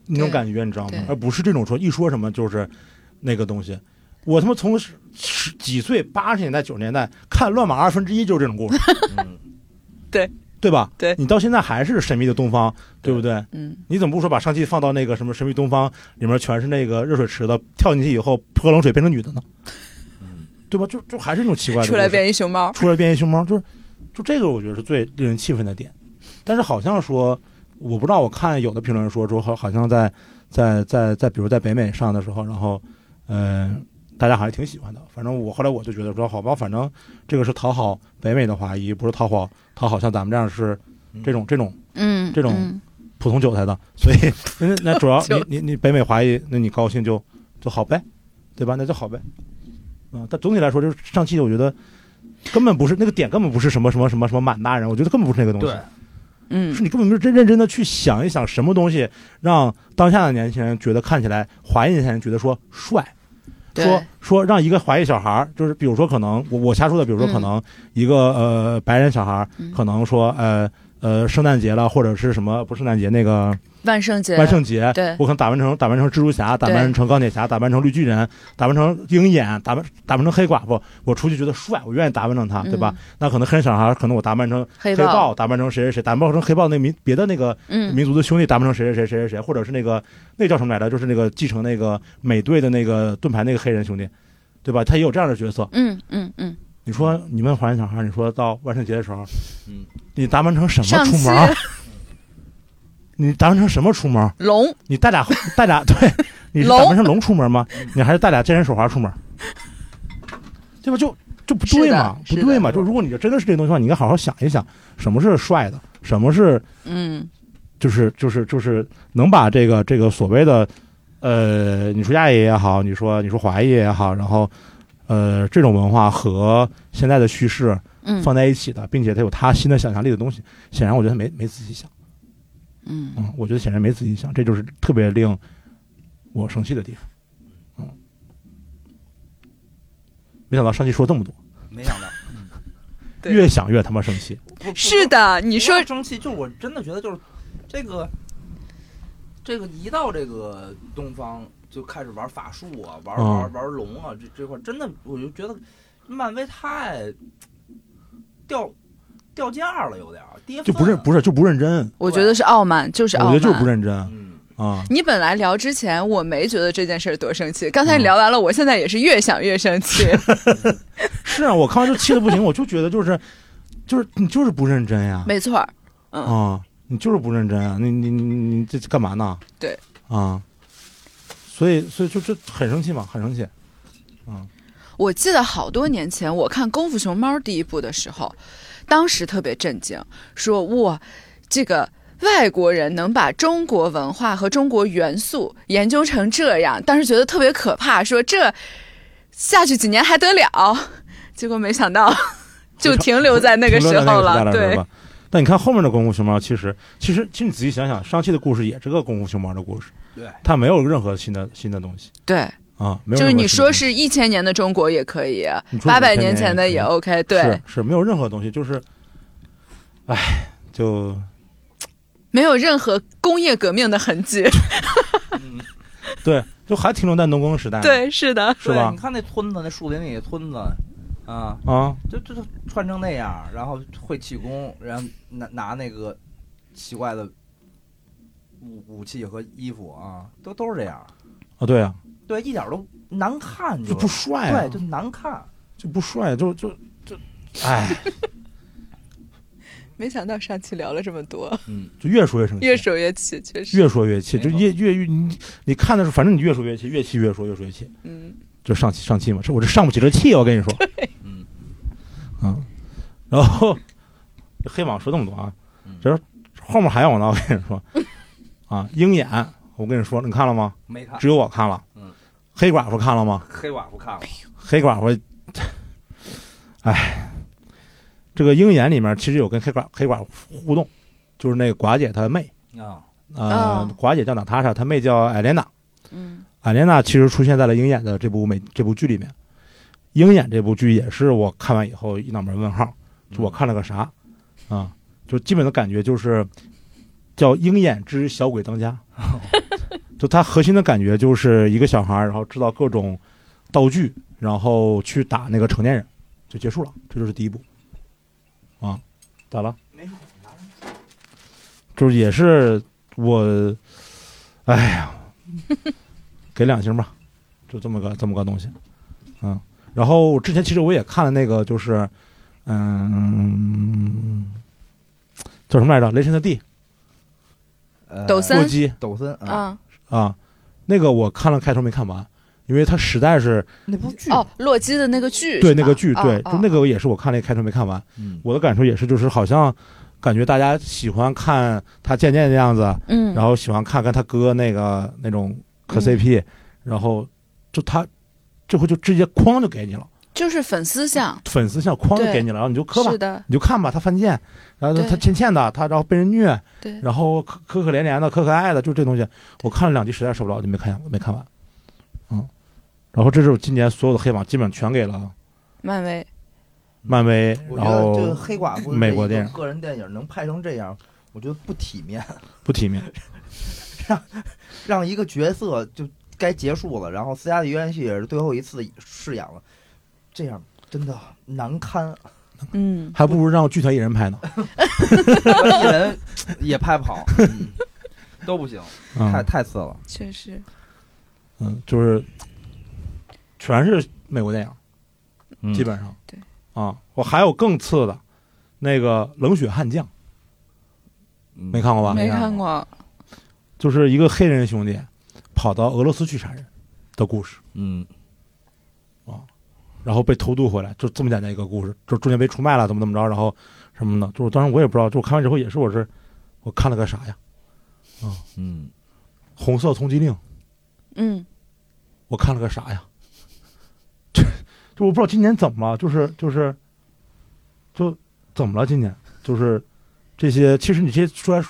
Speaker 2: 那种
Speaker 3: 对
Speaker 2: 感觉你知道吗
Speaker 3: 对？
Speaker 2: 而不是这种说一说什么就是那个东西。我他妈从十十几岁八十年代九十年代看《乱马二分之一》就是这种故 事，
Speaker 1: 嗯
Speaker 2: 对吧？
Speaker 3: 对
Speaker 2: 你到现在还是神秘的东方，对不对？
Speaker 3: 嗯，
Speaker 2: 你怎么不说把上期放到那个什么神秘东方里面全是那个热水池的，跳进去以后喝冷水变成女的呢？对吧？就就还是那种奇怪的
Speaker 3: 出来
Speaker 2: 故事
Speaker 3: 变一熊猫，
Speaker 2: 出来变异熊猫，就是就这个我觉得是最令人气愤的点。但是好像说，我不知道，我看有的评论说说好好像在在在在，比如在北美上的时候，然后嗯、呃大家好像挺喜欢的。反正我后来我就觉得说，好吧，反正这个是讨好北美的华裔，不是讨好讨好像咱们这样是这种这种
Speaker 3: 嗯，
Speaker 2: 这种
Speaker 3: 嗯
Speaker 2: 普通韭菜的，所以 那那主要你你你北美华裔，那你高兴就就好呗，对吧？那就好呗，啊、但总体来说，就是上期我觉得根本不是那个点，根本不是什么什么什么什么满大人，我觉得根本不是那个东
Speaker 1: 对
Speaker 2: 西，，是
Speaker 3: 嗯，
Speaker 2: 你根本没有真认真的去想一想，什么东西让当下的年轻人觉得看起来华裔年轻人觉得说帅，
Speaker 3: 对
Speaker 2: 说说让一个华裔小孩儿，就是比如说可能我我瞎说的，比如说可能一个、呃白人小孩儿，
Speaker 3: 嗯
Speaker 2: 可能说呃呃圣诞节了或者是什么不是圣诞节那个。
Speaker 3: 万圣节，
Speaker 2: 万圣节，
Speaker 3: 对
Speaker 2: 我可能打扮成打扮成蜘蛛侠，打扮成钢铁侠，打扮成绿巨人，打扮成鹰眼，打扮打扮成黑寡妇，我出去觉得帅，我愿意打扮成他，对吧？那可能黑人小孩，可能我打扮成
Speaker 3: 啊嗯黑
Speaker 2: 黑
Speaker 3: 豹，
Speaker 2: 豹，打扮成谁谁谁，打扮成黑豹那民别的那个
Speaker 3: 嗯
Speaker 2: 民族的兄弟，打扮成谁谁谁谁谁谁，或者是那个那叫什么来着？就是那个继承那个美队的那个盾牌那个黑人兄弟，对吧？他也有这样的角色。
Speaker 3: 嗯嗯嗯，
Speaker 2: 你说你问华人小孩，你说到万圣节的时候，
Speaker 1: 嗯，
Speaker 2: 你打扮成什么
Speaker 3: 上
Speaker 2: 出
Speaker 3: 期
Speaker 2: 门儿？你打扮成什么出门儿？
Speaker 3: 龙，
Speaker 2: 你带俩 带俩对，你是
Speaker 3: 龙
Speaker 2: 打扮成龙出 门吗？你还是带俩健身手环出门？对吧？就就不对嘛，
Speaker 3: 是
Speaker 2: 不
Speaker 3: 的
Speaker 2: 对
Speaker 3: 是
Speaker 2: 嘛！
Speaker 3: 的
Speaker 2: 就如果你真的是这个东西的话，你应该好好想一帅的，什么是帅的，什么是
Speaker 3: 嗯，
Speaker 2: 就是就是就是能把这个这个所谓的，呃，你说亚裔也好，你说你说华裔也好，然后呃这种文化和现在的叙事
Speaker 3: 嗯
Speaker 2: 放在一起的，并且他有他新的想象力的东西，显然我觉得他没没仔细想，
Speaker 3: 嗯
Speaker 2: 嗯，我觉得显然没仔细想，这就是特别令我生气的地方，嗯，没想到上期说这么多，
Speaker 1: 没想到，
Speaker 5: 对
Speaker 2: 越想越他妈生气，
Speaker 1: 不不
Speaker 3: 是的，你
Speaker 1: 你
Speaker 3: 说
Speaker 1: 生气，就是我真的觉得就是这个这个一到这个东方就开始玩法术啊，玩
Speaker 2: 嗯
Speaker 1: 玩玩龙啊，这这块儿真的我就觉得漫威太掉掉价了，有点儿跌
Speaker 2: 就不认
Speaker 1: 份
Speaker 2: 不是就不认真，
Speaker 3: 我觉得是傲慢，就是
Speaker 2: 我
Speaker 3: 傲
Speaker 2: 觉
Speaker 3: 慢。
Speaker 2: 得就是不认真
Speaker 1: 嗯，
Speaker 2: 啊。
Speaker 3: 你本来聊之前我没觉得这件事儿多生气，刚才
Speaker 2: 嗯
Speaker 3: 聊完了，我现在也是越想越生 气。
Speaker 2: 是啊，我看完就气的不行，我就觉得就是，就是你就是不认真呀，
Speaker 3: 没错儿，嗯
Speaker 2: 啊、你就是不认真啊，你你你你你这干嘛呢？
Speaker 3: 对，
Speaker 2: 啊，所以所以就就很生气嘛，很生气，啊，
Speaker 3: 我记得好多年前我看《功夫熊猫》第一部的时候，当时特别震惊，说哇，这个。外国人能把中国文化和中国元素研究成这样，当时觉得特别可怕，说这下去几年还得了？ 结果没想 到就停留在那个时
Speaker 2: 停留在
Speaker 3: 候
Speaker 2: 那个时代
Speaker 3: 了。
Speaker 2: 是
Speaker 3: 对
Speaker 2: 吧，？但你看后面的功夫熊猫，其实其实其实你仔细想想，上期的故事也是个功夫熊猫的故事，
Speaker 1: 对，
Speaker 2: 它没有任何新的新的东西
Speaker 3: 对，
Speaker 2: 啊，没有任何新的东西。
Speaker 3: 就是你说是一千年的中国也可以，
Speaker 2: 你说
Speaker 3: 八百
Speaker 2: 5000
Speaker 3: 年前的也
Speaker 2: 可以
Speaker 3: OK。对
Speaker 2: 是，是没有任何东西，就是，唉，就
Speaker 3: 没有任何工业革命的痕迹。
Speaker 1: 嗯
Speaker 2: 对，就还停留在农耕时代，，
Speaker 3: 对，是的，
Speaker 2: 是
Speaker 1: 对
Speaker 2: 吧
Speaker 1: 你看那村子，那树林里的村子啊，
Speaker 2: 啊，
Speaker 1: 就就就穿成那样儿，然后会气功，然后拿拿那个奇怪的武武器和衣服啊，都都是这样儿，
Speaker 2: 啊，对啊，
Speaker 1: 对，一点儿都难看就
Speaker 2: 就不
Speaker 1: 是，
Speaker 2: 帅、啊
Speaker 4: 哎
Speaker 1: 对，，就难看。
Speaker 2: 就不帅，啊就就就，哎，
Speaker 3: 没想到上期聊了这么 多，
Speaker 1: 嗯，
Speaker 2: 就越说越生气，
Speaker 3: 越说越气，确实，
Speaker 2: 越说越气，就
Speaker 1: 没错
Speaker 2: 越越越你你看的时候，反正你越说越气，越气越说越说越气，
Speaker 3: 嗯，
Speaker 2: 就上气上气嘛，这我这上不起这气，我跟你说，
Speaker 1: 嗯，
Speaker 2: 嗯，然后这黑网说这么多啊，
Speaker 1: 嗯
Speaker 2: 这后面还有呢，我跟你说，啊，鹰眼，我跟你说，你看了吗？
Speaker 1: 没看
Speaker 2: 只有我看了，
Speaker 1: 嗯，
Speaker 2: 黑寡妇看了吗？
Speaker 1: 黑寡妇看了，
Speaker 2: 黑寡妇，哎，这个鹰眼里面其实有跟黑寡黑寡妇互动，就是那个寡姐她妹，
Speaker 1: 啊，
Speaker 2: 呃，
Speaker 3: 哦
Speaker 2: 寡姐叫娜塔莎，她妹叫艾莲娜。
Speaker 3: 嗯，
Speaker 2: 艾莲娜其实出现在了鹰眼的这部美这部剧里面。鹰眼这部剧也是我看完以后一脑门问号，就我看了个啥啊？就基本的感觉就是叫《鹰眼之小鬼当家》，就它核心的感觉就是一个小孩儿，然后制造各种道具，然后去打那个成年人，就结束了。这就是第一部啊，咋了？
Speaker 1: 没事
Speaker 2: 就是也是我，哎呀，给两星吧，就这么个这么个东西，嗯。然后之前其实我也看了那个，就是，嗯，叫什么来着，《雷神的地》
Speaker 1: 呃
Speaker 3: 抖森
Speaker 2: 过激
Speaker 1: 抖森啊，
Speaker 3: 啊，
Speaker 2: 啊，那个我看了开头没看完，因为它实在是
Speaker 1: 那部剧，
Speaker 3: 哦，洛基的那个剧是吧，
Speaker 2: 对那个剧，
Speaker 3: 哦
Speaker 2: 对，就
Speaker 3: 哦
Speaker 2: 那个也是我看了开头没看完。
Speaker 1: 嗯，
Speaker 2: 我的感受也是，就是好像感觉大家喜欢看他渐渐的样子，
Speaker 3: 嗯，
Speaker 2: 然后喜欢看看他哥那个那种磕
Speaker 3: 嗯
Speaker 2: CP，、然后就他这回就直接哐就给你了，
Speaker 3: 就是粉丝像，
Speaker 2: 粉丝像哐就
Speaker 3: 对
Speaker 2: 给你了，然后你就磕吧
Speaker 3: 是，的，
Speaker 2: 你就看吧，他犯贱，然后
Speaker 3: 对
Speaker 2: 他欠欠的，他然后被人虐，
Speaker 3: 对，
Speaker 2: 然后可可可怜怜的，可可爱的，就这东西，我看了两集实在受不了，我就没看没看完，嗯，然后这是我今年所有的黑榜基本上全给了
Speaker 3: 漫威，
Speaker 2: 漫威，
Speaker 1: 嗯我
Speaker 2: 然
Speaker 1: 觉得这个
Speaker 2: 后
Speaker 1: 黑寡妇
Speaker 2: 美国
Speaker 1: 这一个
Speaker 2: 电影
Speaker 1: 个人电影能拍成这样，我觉得不体面，
Speaker 2: 不体面，
Speaker 1: 让一个角色就该结束了，然后斯嘉丽·约翰逊也是最后一次饰演了，这样真的难堪。啊
Speaker 3: 嗯，
Speaker 2: 还不如让剧团一人拍 呢，
Speaker 1: 一人也拍不好，嗯 都不行，
Speaker 2: 嗯、
Speaker 1: 太太次了。
Speaker 3: 确实，
Speaker 2: 嗯，就是全是美国电影，
Speaker 1: 嗯
Speaker 2: 基本上。
Speaker 3: 对
Speaker 2: 啊，我还有更次的，那个《冷血悍将》，没
Speaker 1: 没
Speaker 2: 看过吧？
Speaker 3: 没
Speaker 1: 看
Speaker 3: 看过，
Speaker 2: 就是一个黑人兄弟跑到俄罗斯去杀人的故事，
Speaker 1: 嗯，
Speaker 2: 然后被偷渡回来，就这么简单一个故事，就中间被出卖了，怎么怎么着，然后什么的。就是当时我也不知道，就我看完之后也是我是我看了个啥呀？
Speaker 4: 嗯，
Speaker 2: 红色通缉令，
Speaker 3: 嗯，
Speaker 2: 我看了个啥呀？就就我不知道今年怎么了，就是就是，就怎么了？今年就是这些，其实你这些出来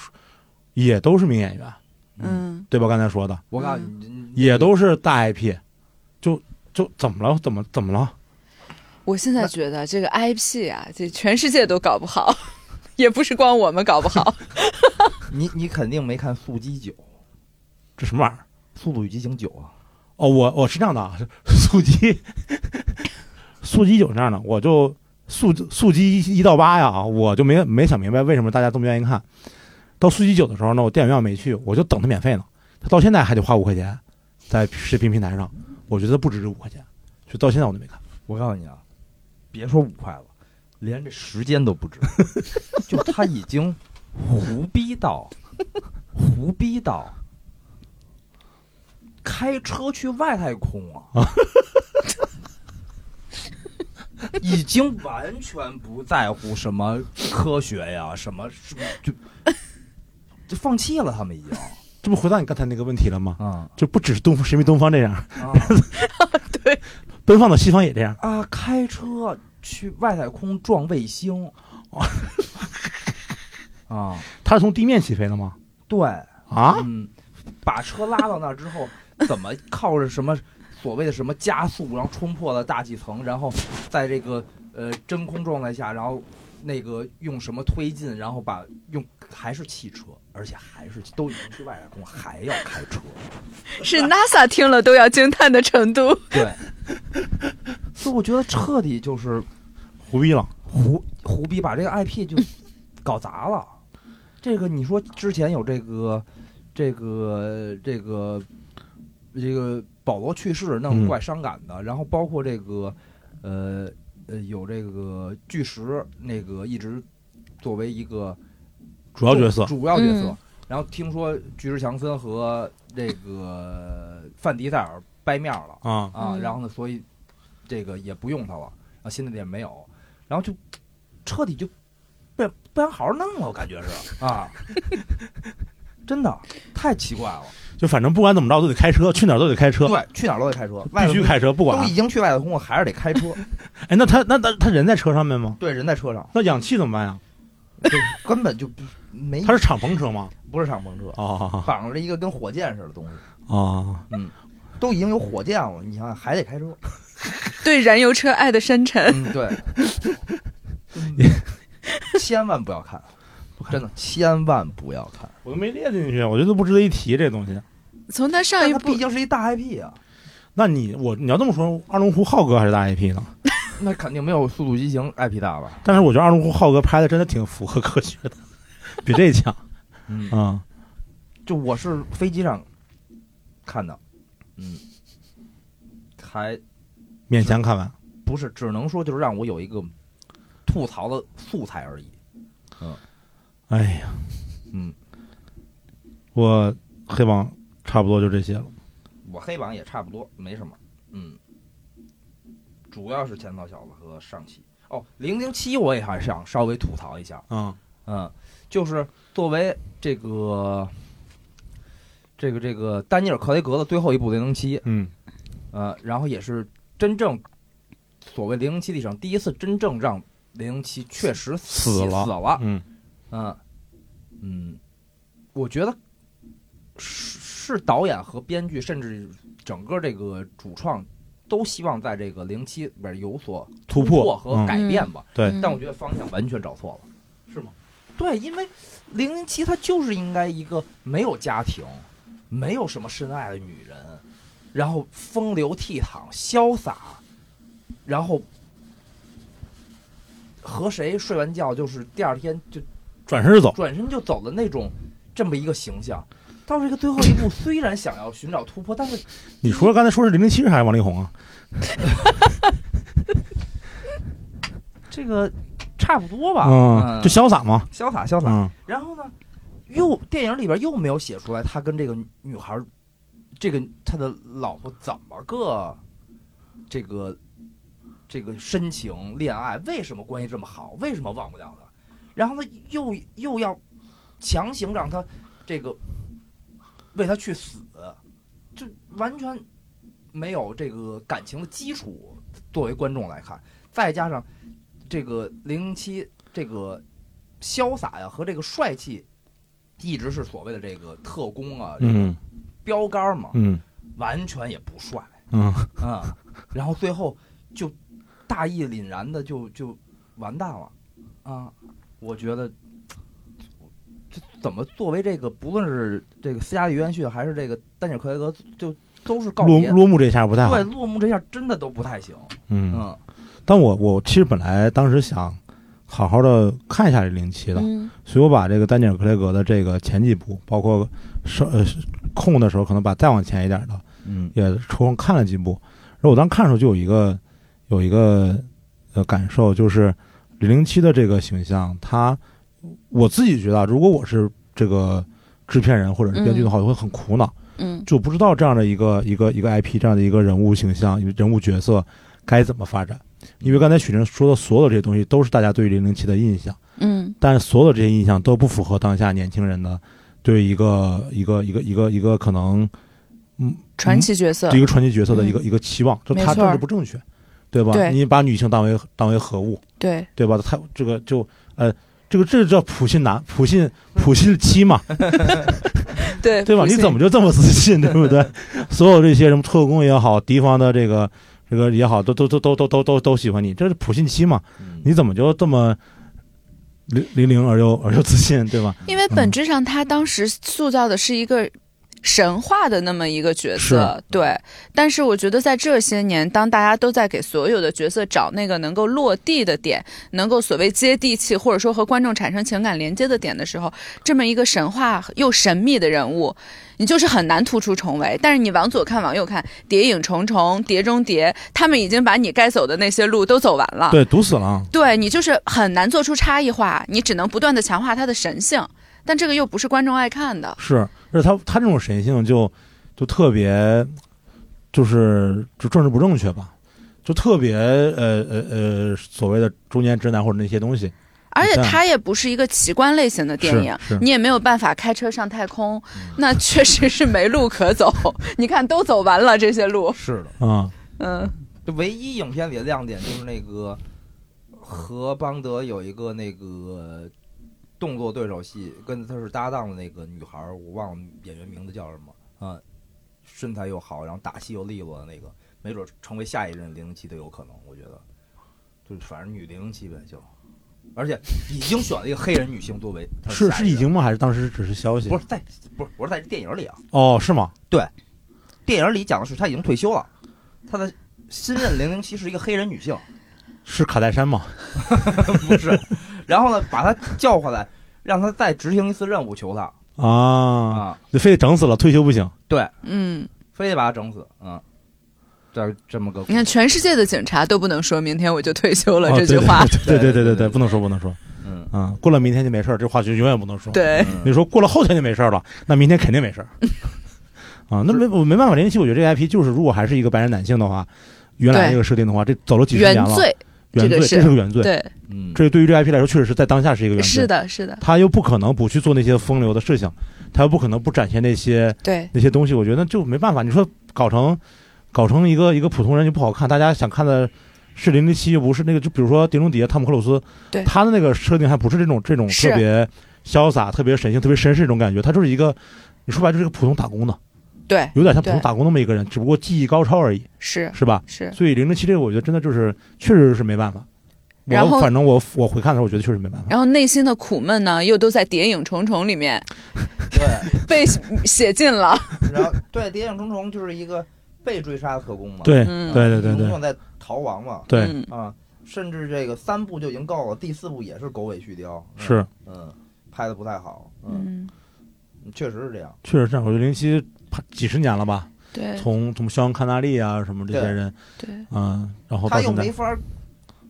Speaker 2: 也都是名演员，
Speaker 3: 嗯，
Speaker 2: 对吧？刚才说的
Speaker 4: 我告诉
Speaker 3: 嗯
Speaker 4: 你，你
Speaker 2: 也都是大 IP，就就怎么了？怎么怎么了？
Speaker 3: 我现在觉得这个 IP 啊，这全世界都搞不好， 也不是光我们搞不 好。
Speaker 4: 你你肯定没看《速激九》《
Speaker 2: 这什么玩意儿？
Speaker 4: 速度与激情九》啊，
Speaker 2: 哦，我我是这样的啊，速激， 速激有这样的，我就速速激一一到八呀，啊我就没没想明白为什么大家都不愿意看。到速激九的时候呢，我电影院没去，我就等它免费呢，它到现在还得花五块钱，在视频平台上，我觉得不值这五块钱，所以到现在我都没看。
Speaker 4: 我告诉你啊，别说五块了，连这时间都不值，就他已经胡逼到，胡逼到，开车去外太空 啊，已经完全不在乎什么科学呀，什么什么就 就放弃了，他们已经
Speaker 2: 这不回答你刚才那个问题了吗？
Speaker 4: 啊
Speaker 2: 就不只是东方，是因为东方这样，
Speaker 4: 啊
Speaker 2: 奔放的西方也这样。
Speaker 4: 啊！开车去外太空撞卫星， 啊。
Speaker 2: 它是从地面起飞的吗？
Speaker 4: 对，
Speaker 2: 啊，
Speaker 4: 嗯，把车拉到那儿之后，怎么靠着什么所谓的什么加速，然后冲破了大气层，然后在这个呃真空状态下，然后那个用什么推进，然后把用还是汽车，而且还是都已经去外太空，还要开车，
Speaker 3: 是 NASA 听了都要惊叹的程度。
Speaker 4: 对，所以我觉得彻底就是
Speaker 2: 胡逼了。
Speaker 4: 胡胡逼把这个 IP 就搞砸了。这个你说之前有这个这个这个这个保罗去世，那
Speaker 2: 嗯
Speaker 4: 种怪伤感的，然后包括这个呃呃有这个巨石那个一直作为一个
Speaker 2: 主要角色
Speaker 4: 主要角色。
Speaker 3: 嗯
Speaker 4: 然后听说巨石强森和这个范迪塞尔掰面了，
Speaker 2: 啊，
Speaker 4: 啊，
Speaker 3: 嗯
Speaker 4: 然后呢，所以这个也不用它了啊，新的也没有，然后就彻底就被被人好好弄了，我感觉是 啊，真的太奇怪了。
Speaker 2: 就反正不管怎么着都得开车，去哪儿都得开车，
Speaker 4: 对，去哪儿都得开车，外
Speaker 2: 必须
Speaker 4: 头
Speaker 2: 开车，不管
Speaker 4: 都已经去外太空了，还是得开车。
Speaker 2: 哎，那他那他他人在车上面吗？
Speaker 4: 对，人在车上
Speaker 2: 那氧气怎么办呀？
Speaker 4: 就 根本就不没，
Speaker 2: 他是敞篷车吗？
Speaker 4: 不是敞篷车，
Speaker 2: 哦
Speaker 4: 绑着一个跟火箭似的东西，
Speaker 2: 哦，
Speaker 4: 都已经有火箭了，你想想还得开车。
Speaker 3: 对燃油车爱的深沉，
Speaker 4: 嗯， 对，千万不要看，
Speaker 2: 看
Speaker 4: 真的千万不要看。
Speaker 2: 我都没列进去，我觉得都不值得一提这东西。
Speaker 3: 从他上
Speaker 4: 但
Speaker 3: 一
Speaker 4: 它
Speaker 3: 部
Speaker 4: 毕竟是一大 IP 啊，
Speaker 2: 那你我你要这么说，二龙湖浩哥还是大 IP 呢？
Speaker 4: 那肯定没有《速度与激情》IP 大吧？
Speaker 2: 但是我觉得二龙湖浩哥拍的真的挺符合科学的，比这强
Speaker 4: 嗯，
Speaker 2: 啊、
Speaker 4: 就我是飞机上看的，嗯，还
Speaker 2: 勉强看完。
Speaker 4: 不是，只能说就是让我有一个吐槽的素材而已。
Speaker 2: 哎呀，
Speaker 4: 嗯，
Speaker 2: 我黑网差不多就这些了。
Speaker 4: 我黑榜也差不多，没什么。嗯，主要是《前草小子》和上期。哦，零零七我也还想稍微吐槽一下，
Speaker 2: 啊、
Speaker 4: 嗯，就是作为这个这个这个丹尼尔·克雷格的最后一部《零零七》，
Speaker 2: 嗯，
Speaker 4: 呃，然后也是真正所谓零零七历史上第一次真正让零零七确实
Speaker 2: 死了
Speaker 4: 死
Speaker 2: 嗯
Speaker 4: 了，
Speaker 2: 嗯，
Speaker 4: 嗯、嗯，我觉得是是导演和编剧，甚至整个这个主创都希望在这个零七里边有所
Speaker 2: 突
Speaker 4: 破
Speaker 2: 破
Speaker 4: 和
Speaker 2: 嗯
Speaker 4: 改变吧，
Speaker 2: 对
Speaker 3: 嗯
Speaker 4: 但我觉得方向完全找错了。
Speaker 2: 是吗？
Speaker 4: 对，因为零零七她就是应该一个没有家庭、没有什么深爱的女人，然后风流倜傥、潇洒，然后和谁睡完觉就是第二天就
Speaker 2: 转身就走。
Speaker 4: 转身就走的那种，这么一个形象。到这个最后一步，虽然想要寻找突破，但是
Speaker 2: 你说刚才说是零零七还是王力宏啊？
Speaker 4: 这个差不多吧，
Speaker 2: 嗯，
Speaker 4: 嗯
Speaker 2: 就潇洒嘛。
Speaker 4: 潇洒潇洒。
Speaker 2: 嗯
Speaker 4: 然后呢，又电影里边又没有写出来他跟这个女孩儿，这个他的老婆怎么个这个这个深情恋爱，为什么关系这么好，为什么忘不了他？然后呢，又又要强行让他这个
Speaker 1: 为他去死，这完全没有这个感情的基础。作为观众来看，再加上这个零零七这个潇洒呀和这个帅气，一直是所谓的这个特工啊、
Speaker 2: 嗯
Speaker 1: 标杆嘛，
Speaker 2: 嗯
Speaker 1: 完全也不帅。
Speaker 2: 嗯，
Speaker 1: 嗯，然后最后就大义凛然的就就完蛋了啊！我觉得这怎么作为这个不论是这个斯嘉丽·约翰逊还是这个丹尼尔·克雷格，就都是告
Speaker 2: 落
Speaker 1: 别。
Speaker 2: 落幕这下不太好
Speaker 1: 对，。落幕这下真的都不太行。
Speaker 2: 嗯，
Speaker 1: 嗯
Speaker 2: 但我我其实本来当时想好好的看一下这零七的，
Speaker 5: 嗯
Speaker 2: 所以我把这个丹尼尔·克雷格的这个前几部，包括稍呃空的时候，可能把再往前一点的
Speaker 1: 嗯
Speaker 2: 也抽空看了几部。然后我当时看的时候就有一个有一个呃感受，就是零零七的这个形象，他我自己觉得啊，如果我是这个制片人或者是编剧的话，我会很苦恼，
Speaker 5: 嗯
Speaker 2: 就不知道这样的一个一个一个 IP 这样的一个人物形象、人物角色该怎么发展。因为刚才许晨说的所有这些东西，都是大家对零零七的印象。
Speaker 5: 嗯
Speaker 2: 但是所有这些印象都不符合当下年轻人的对一个一个一个一个一个可能，嗯，
Speaker 3: 传奇角色
Speaker 2: 嗯、一个传奇角色的
Speaker 5: 嗯
Speaker 2: 一个、一个期望，就
Speaker 3: 没
Speaker 2: 他
Speaker 3: 错
Speaker 2: 政治不正确，对吧？
Speaker 3: 对
Speaker 2: 你把女性当为当为何物，
Speaker 3: 对，
Speaker 2: 对吧？他这个就呃，这个这叫普信男、普
Speaker 3: 嗯
Speaker 2: 信普信妻 嘛，
Speaker 3: 对
Speaker 2: 对吧？你怎么就这么自 信，对不对？所有这些什么特工也好，敌方的这个这个也好，都都都都都都都都喜欢你，这是普信妻嘛？
Speaker 4: 嗯
Speaker 2: 你怎么就这么零零零而又而又自信，对吧？
Speaker 3: 因为本质上他当时塑造的是一个神话的那么一个角色
Speaker 2: 是，
Speaker 3: 对。但是我觉得在这些年，当大家都在给所有的角色找那个能够落地的点，能够所谓接地气，或者说和观众产生情感连接的点的时候，这么一个神话又神秘的人物。你就是很难突出重围，但是你往左看，往右看，谍影重重，谍中谍，他们已经把你该走的那些路都走完了。
Speaker 2: 对，堵死了啊。
Speaker 3: 对你就是很难做出差异化，你只能不断的强化它的神性，但这个又不是观众爱看的。
Speaker 2: 是，而且他他这种神性就就特别，就是就政治不正确吧，就特别呃呃呃所谓的中间直男或者那些东西，
Speaker 3: 而且
Speaker 2: 你看
Speaker 3: 它也不是一个奇观类型的电影
Speaker 2: 是嗯是，
Speaker 3: 你也没有办法开车上太空，那确实是没路可走。 你看都走完了这些路，
Speaker 1: 是的，
Speaker 2: 啊、
Speaker 3: 嗯，
Speaker 1: 这唯一影片里的亮点就是那个和邦德有一个那个动作对手戏，跟他是搭档的那个女孩儿，我忘了演员名字叫什么啊、身材又好，然后打戏又利落的那个，没准成为下一任零零七都有可能，我觉得，就是反正女零零七呗就，而且已经选了一个黑人女性作为她的
Speaker 2: 是
Speaker 1: 下一
Speaker 2: 是已
Speaker 1: 任
Speaker 2: 经吗？还是当时只是消息？
Speaker 1: 不是在不是我是在电影里啊，
Speaker 2: 哦，是吗？
Speaker 1: 电影里讲的是他已经退休了，他的新任零零七是一个黑人女性。
Speaker 2: 是卡戴珊吗？
Speaker 1: 不是，然后呢，把他叫回来，让他再执行一次任务，求他
Speaker 2: 啊，
Speaker 1: 啊，
Speaker 2: 就非得整死了，退休不行。
Speaker 3: 嗯，
Speaker 1: 非得把他整死，嗯，这这么个故事，
Speaker 3: 你看全世界的警察都不能说明天我就退休了
Speaker 2: 哦
Speaker 3: 这句话，
Speaker 2: 对对对对对对
Speaker 1: 对对
Speaker 2: 对，不能说不能说，
Speaker 1: 嗯，
Speaker 2: 嗯，过了明天就没事儿，这话就永远不能说。，
Speaker 3: 对，
Speaker 2: 你说过了后天就没事儿了，那明天肯定没事儿。啊，那没我没办法，零零七，我觉得这个 IP 就是，如果还是一个白人男性的话，原来
Speaker 3: 对
Speaker 2: 这个设定的话，这走了几十年
Speaker 3: 原
Speaker 2: 了，
Speaker 3: 罪，
Speaker 2: 原
Speaker 3: 这
Speaker 2: 罪，
Speaker 3: 个是
Speaker 2: 这是个原罪。
Speaker 3: 对，
Speaker 1: 嗯，
Speaker 2: 这对于这 IP 来说，确实是在当下是一个原罪。
Speaker 3: 是，的，是的，
Speaker 2: 他又不可能不去做那些风流的事情，他又不可能不展现那些
Speaker 3: 对，
Speaker 2: 那些东西。我觉得就没办法，你说搞成搞成一个一个普通人就不好看，大家想看的是零零七，又不是那个，就比如说《碟中谍》，汤姆克鲁斯，
Speaker 3: 对
Speaker 2: 他的那个设定还不是这种这种
Speaker 3: 是
Speaker 2: 特别潇洒、特别神性、特别绅士这种感觉，他就是一个。你说白了就是一个普通打工的，
Speaker 3: 对，
Speaker 2: 有点像普通
Speaker 3: 对
Speaker 2: 打工那么一个人，只不过技艺高超而已，
Speaker 3: 是
Speaker 2: 是吧？
Speaker 3: 是。
Speaker 2: 所以零零七这个，我觉得真的就是确实是没办法。
Speaker 3: 然后
Speaker 2: 我反正我我回看的时候，我觉得确实没办法。
Speaker 3: 然后内心的苦闷呢，又都在《谍影重重》里面
Speaker 1: 嗯对，
Speaker 3: 被写进了。
Speaker 1: 然后对《谍影重重》就是一个被追杀的特工嘛，
Speaker 2: 对
Speaker 3: 嗯
Speaker 2: 对对对
Speaker 1: 永
Speaker 2: 对
Speaker 1: 远在逃亡嘛，
Speaker 2: 对，
Speaker 3: 嗯
Speaker 1: 啊，甚至这个三部就已经够了，第四部也是狗尾续貂，嗯
Speaker 2: 是，
Speaker 1: 嗯，拍的不太好，嗯，
Speaker 3: 嗯，
Speaker 1: 确实是这样，
Speaker 2: 确实是这样。我觉得零七拍几十年了吧，
Speaker 3: 对
Speaker 2: 从从肖恩康纳利啊什么这些
Speaker 1: 对
Speaker 2: 人，
Speaker 3: 对，
Speaker 2: 嗯，然后到
Speaker 1: 他又
Speaker 2: 现
Speaker 1: 没
Speaker 2: 在，
Speaker 1: 法儿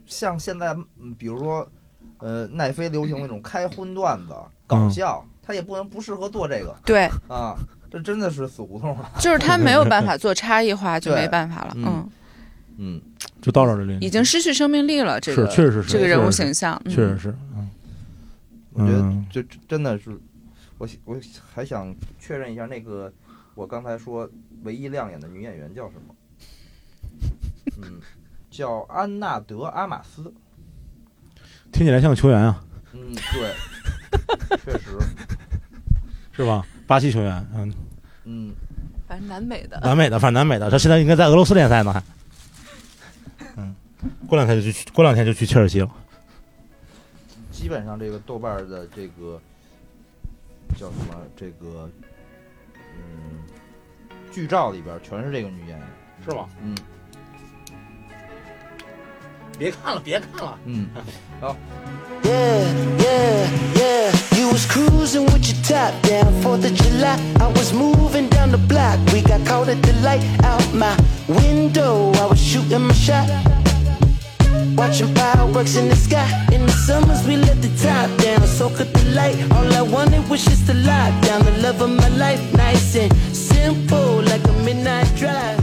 Speaker 1: 像现在，嗯比如说，呃，奈飞流行那种开荤段子、
Speaker 2: 嗯
Speaker 1: 搞笑，他也不能不适合做这个
Speaker 3: 对，
Speaker 1: 啊。这真的是死胡同啊了。
Speaker 3: 就是他没有办法做差异化，就
Speaker 1: 对
Speaker 3: 没办法了。
Speaker 1: 嗯
Speaker 3: 嗯，
Speaker 1: 嗯，
Speaker 2: 就到这儿了。零
Speaker 3: 已经失去生命力了。这
Speaker 2: 是
Speaker 3: 个
Speaker 2: 确实是
Speaker 3: 这个人物嗯
Speaker 2: 确实是
Speaker 3: 形象，嗯
Speaker 2: 确实是，嗯
Speaker 1: 我觉得
Speaker 2: 嗯
Speaker 1: 就真的是，我我还想确认一下，那个我刚才说唯一亮眼的女演员叫什么？嗯，叫安娜德阿玛斯。
Speaker 2: 听起来像球员啊，
Speaker 1: 嗯，对，确实，
Speaker 2: 是吧？巴西球员，嗯，
Speaker 1: 嗯，
Speaker 3: 反正南美的，
Speaker 2: 南美的，反正南美的，他现在应该在俄罗斯联赛呢，还，嗯，过两天就去，过两天就去切尔西了。
Speaker 1: 基本上这个豆瓣儿的这个叫什么？这个嗯，剧照里边儿全是这个女演员。
Speaker 2: 是吗？
Speaker 1: 嗯
Speaker 2: 别看了，别看了。
Speaker 1: 嗯。
Speaker 5: Yeah, yeah, yeah. You was cruising with your top down, 4th of July. I was moving down the block. We got caught at the light out my window. I was shooting my shot. Watching fireworks in the sky. In the summers, we let the top down, soak up the light. All I wanted was just to lock down the love of my life. Nice and simple, like a midnight drive.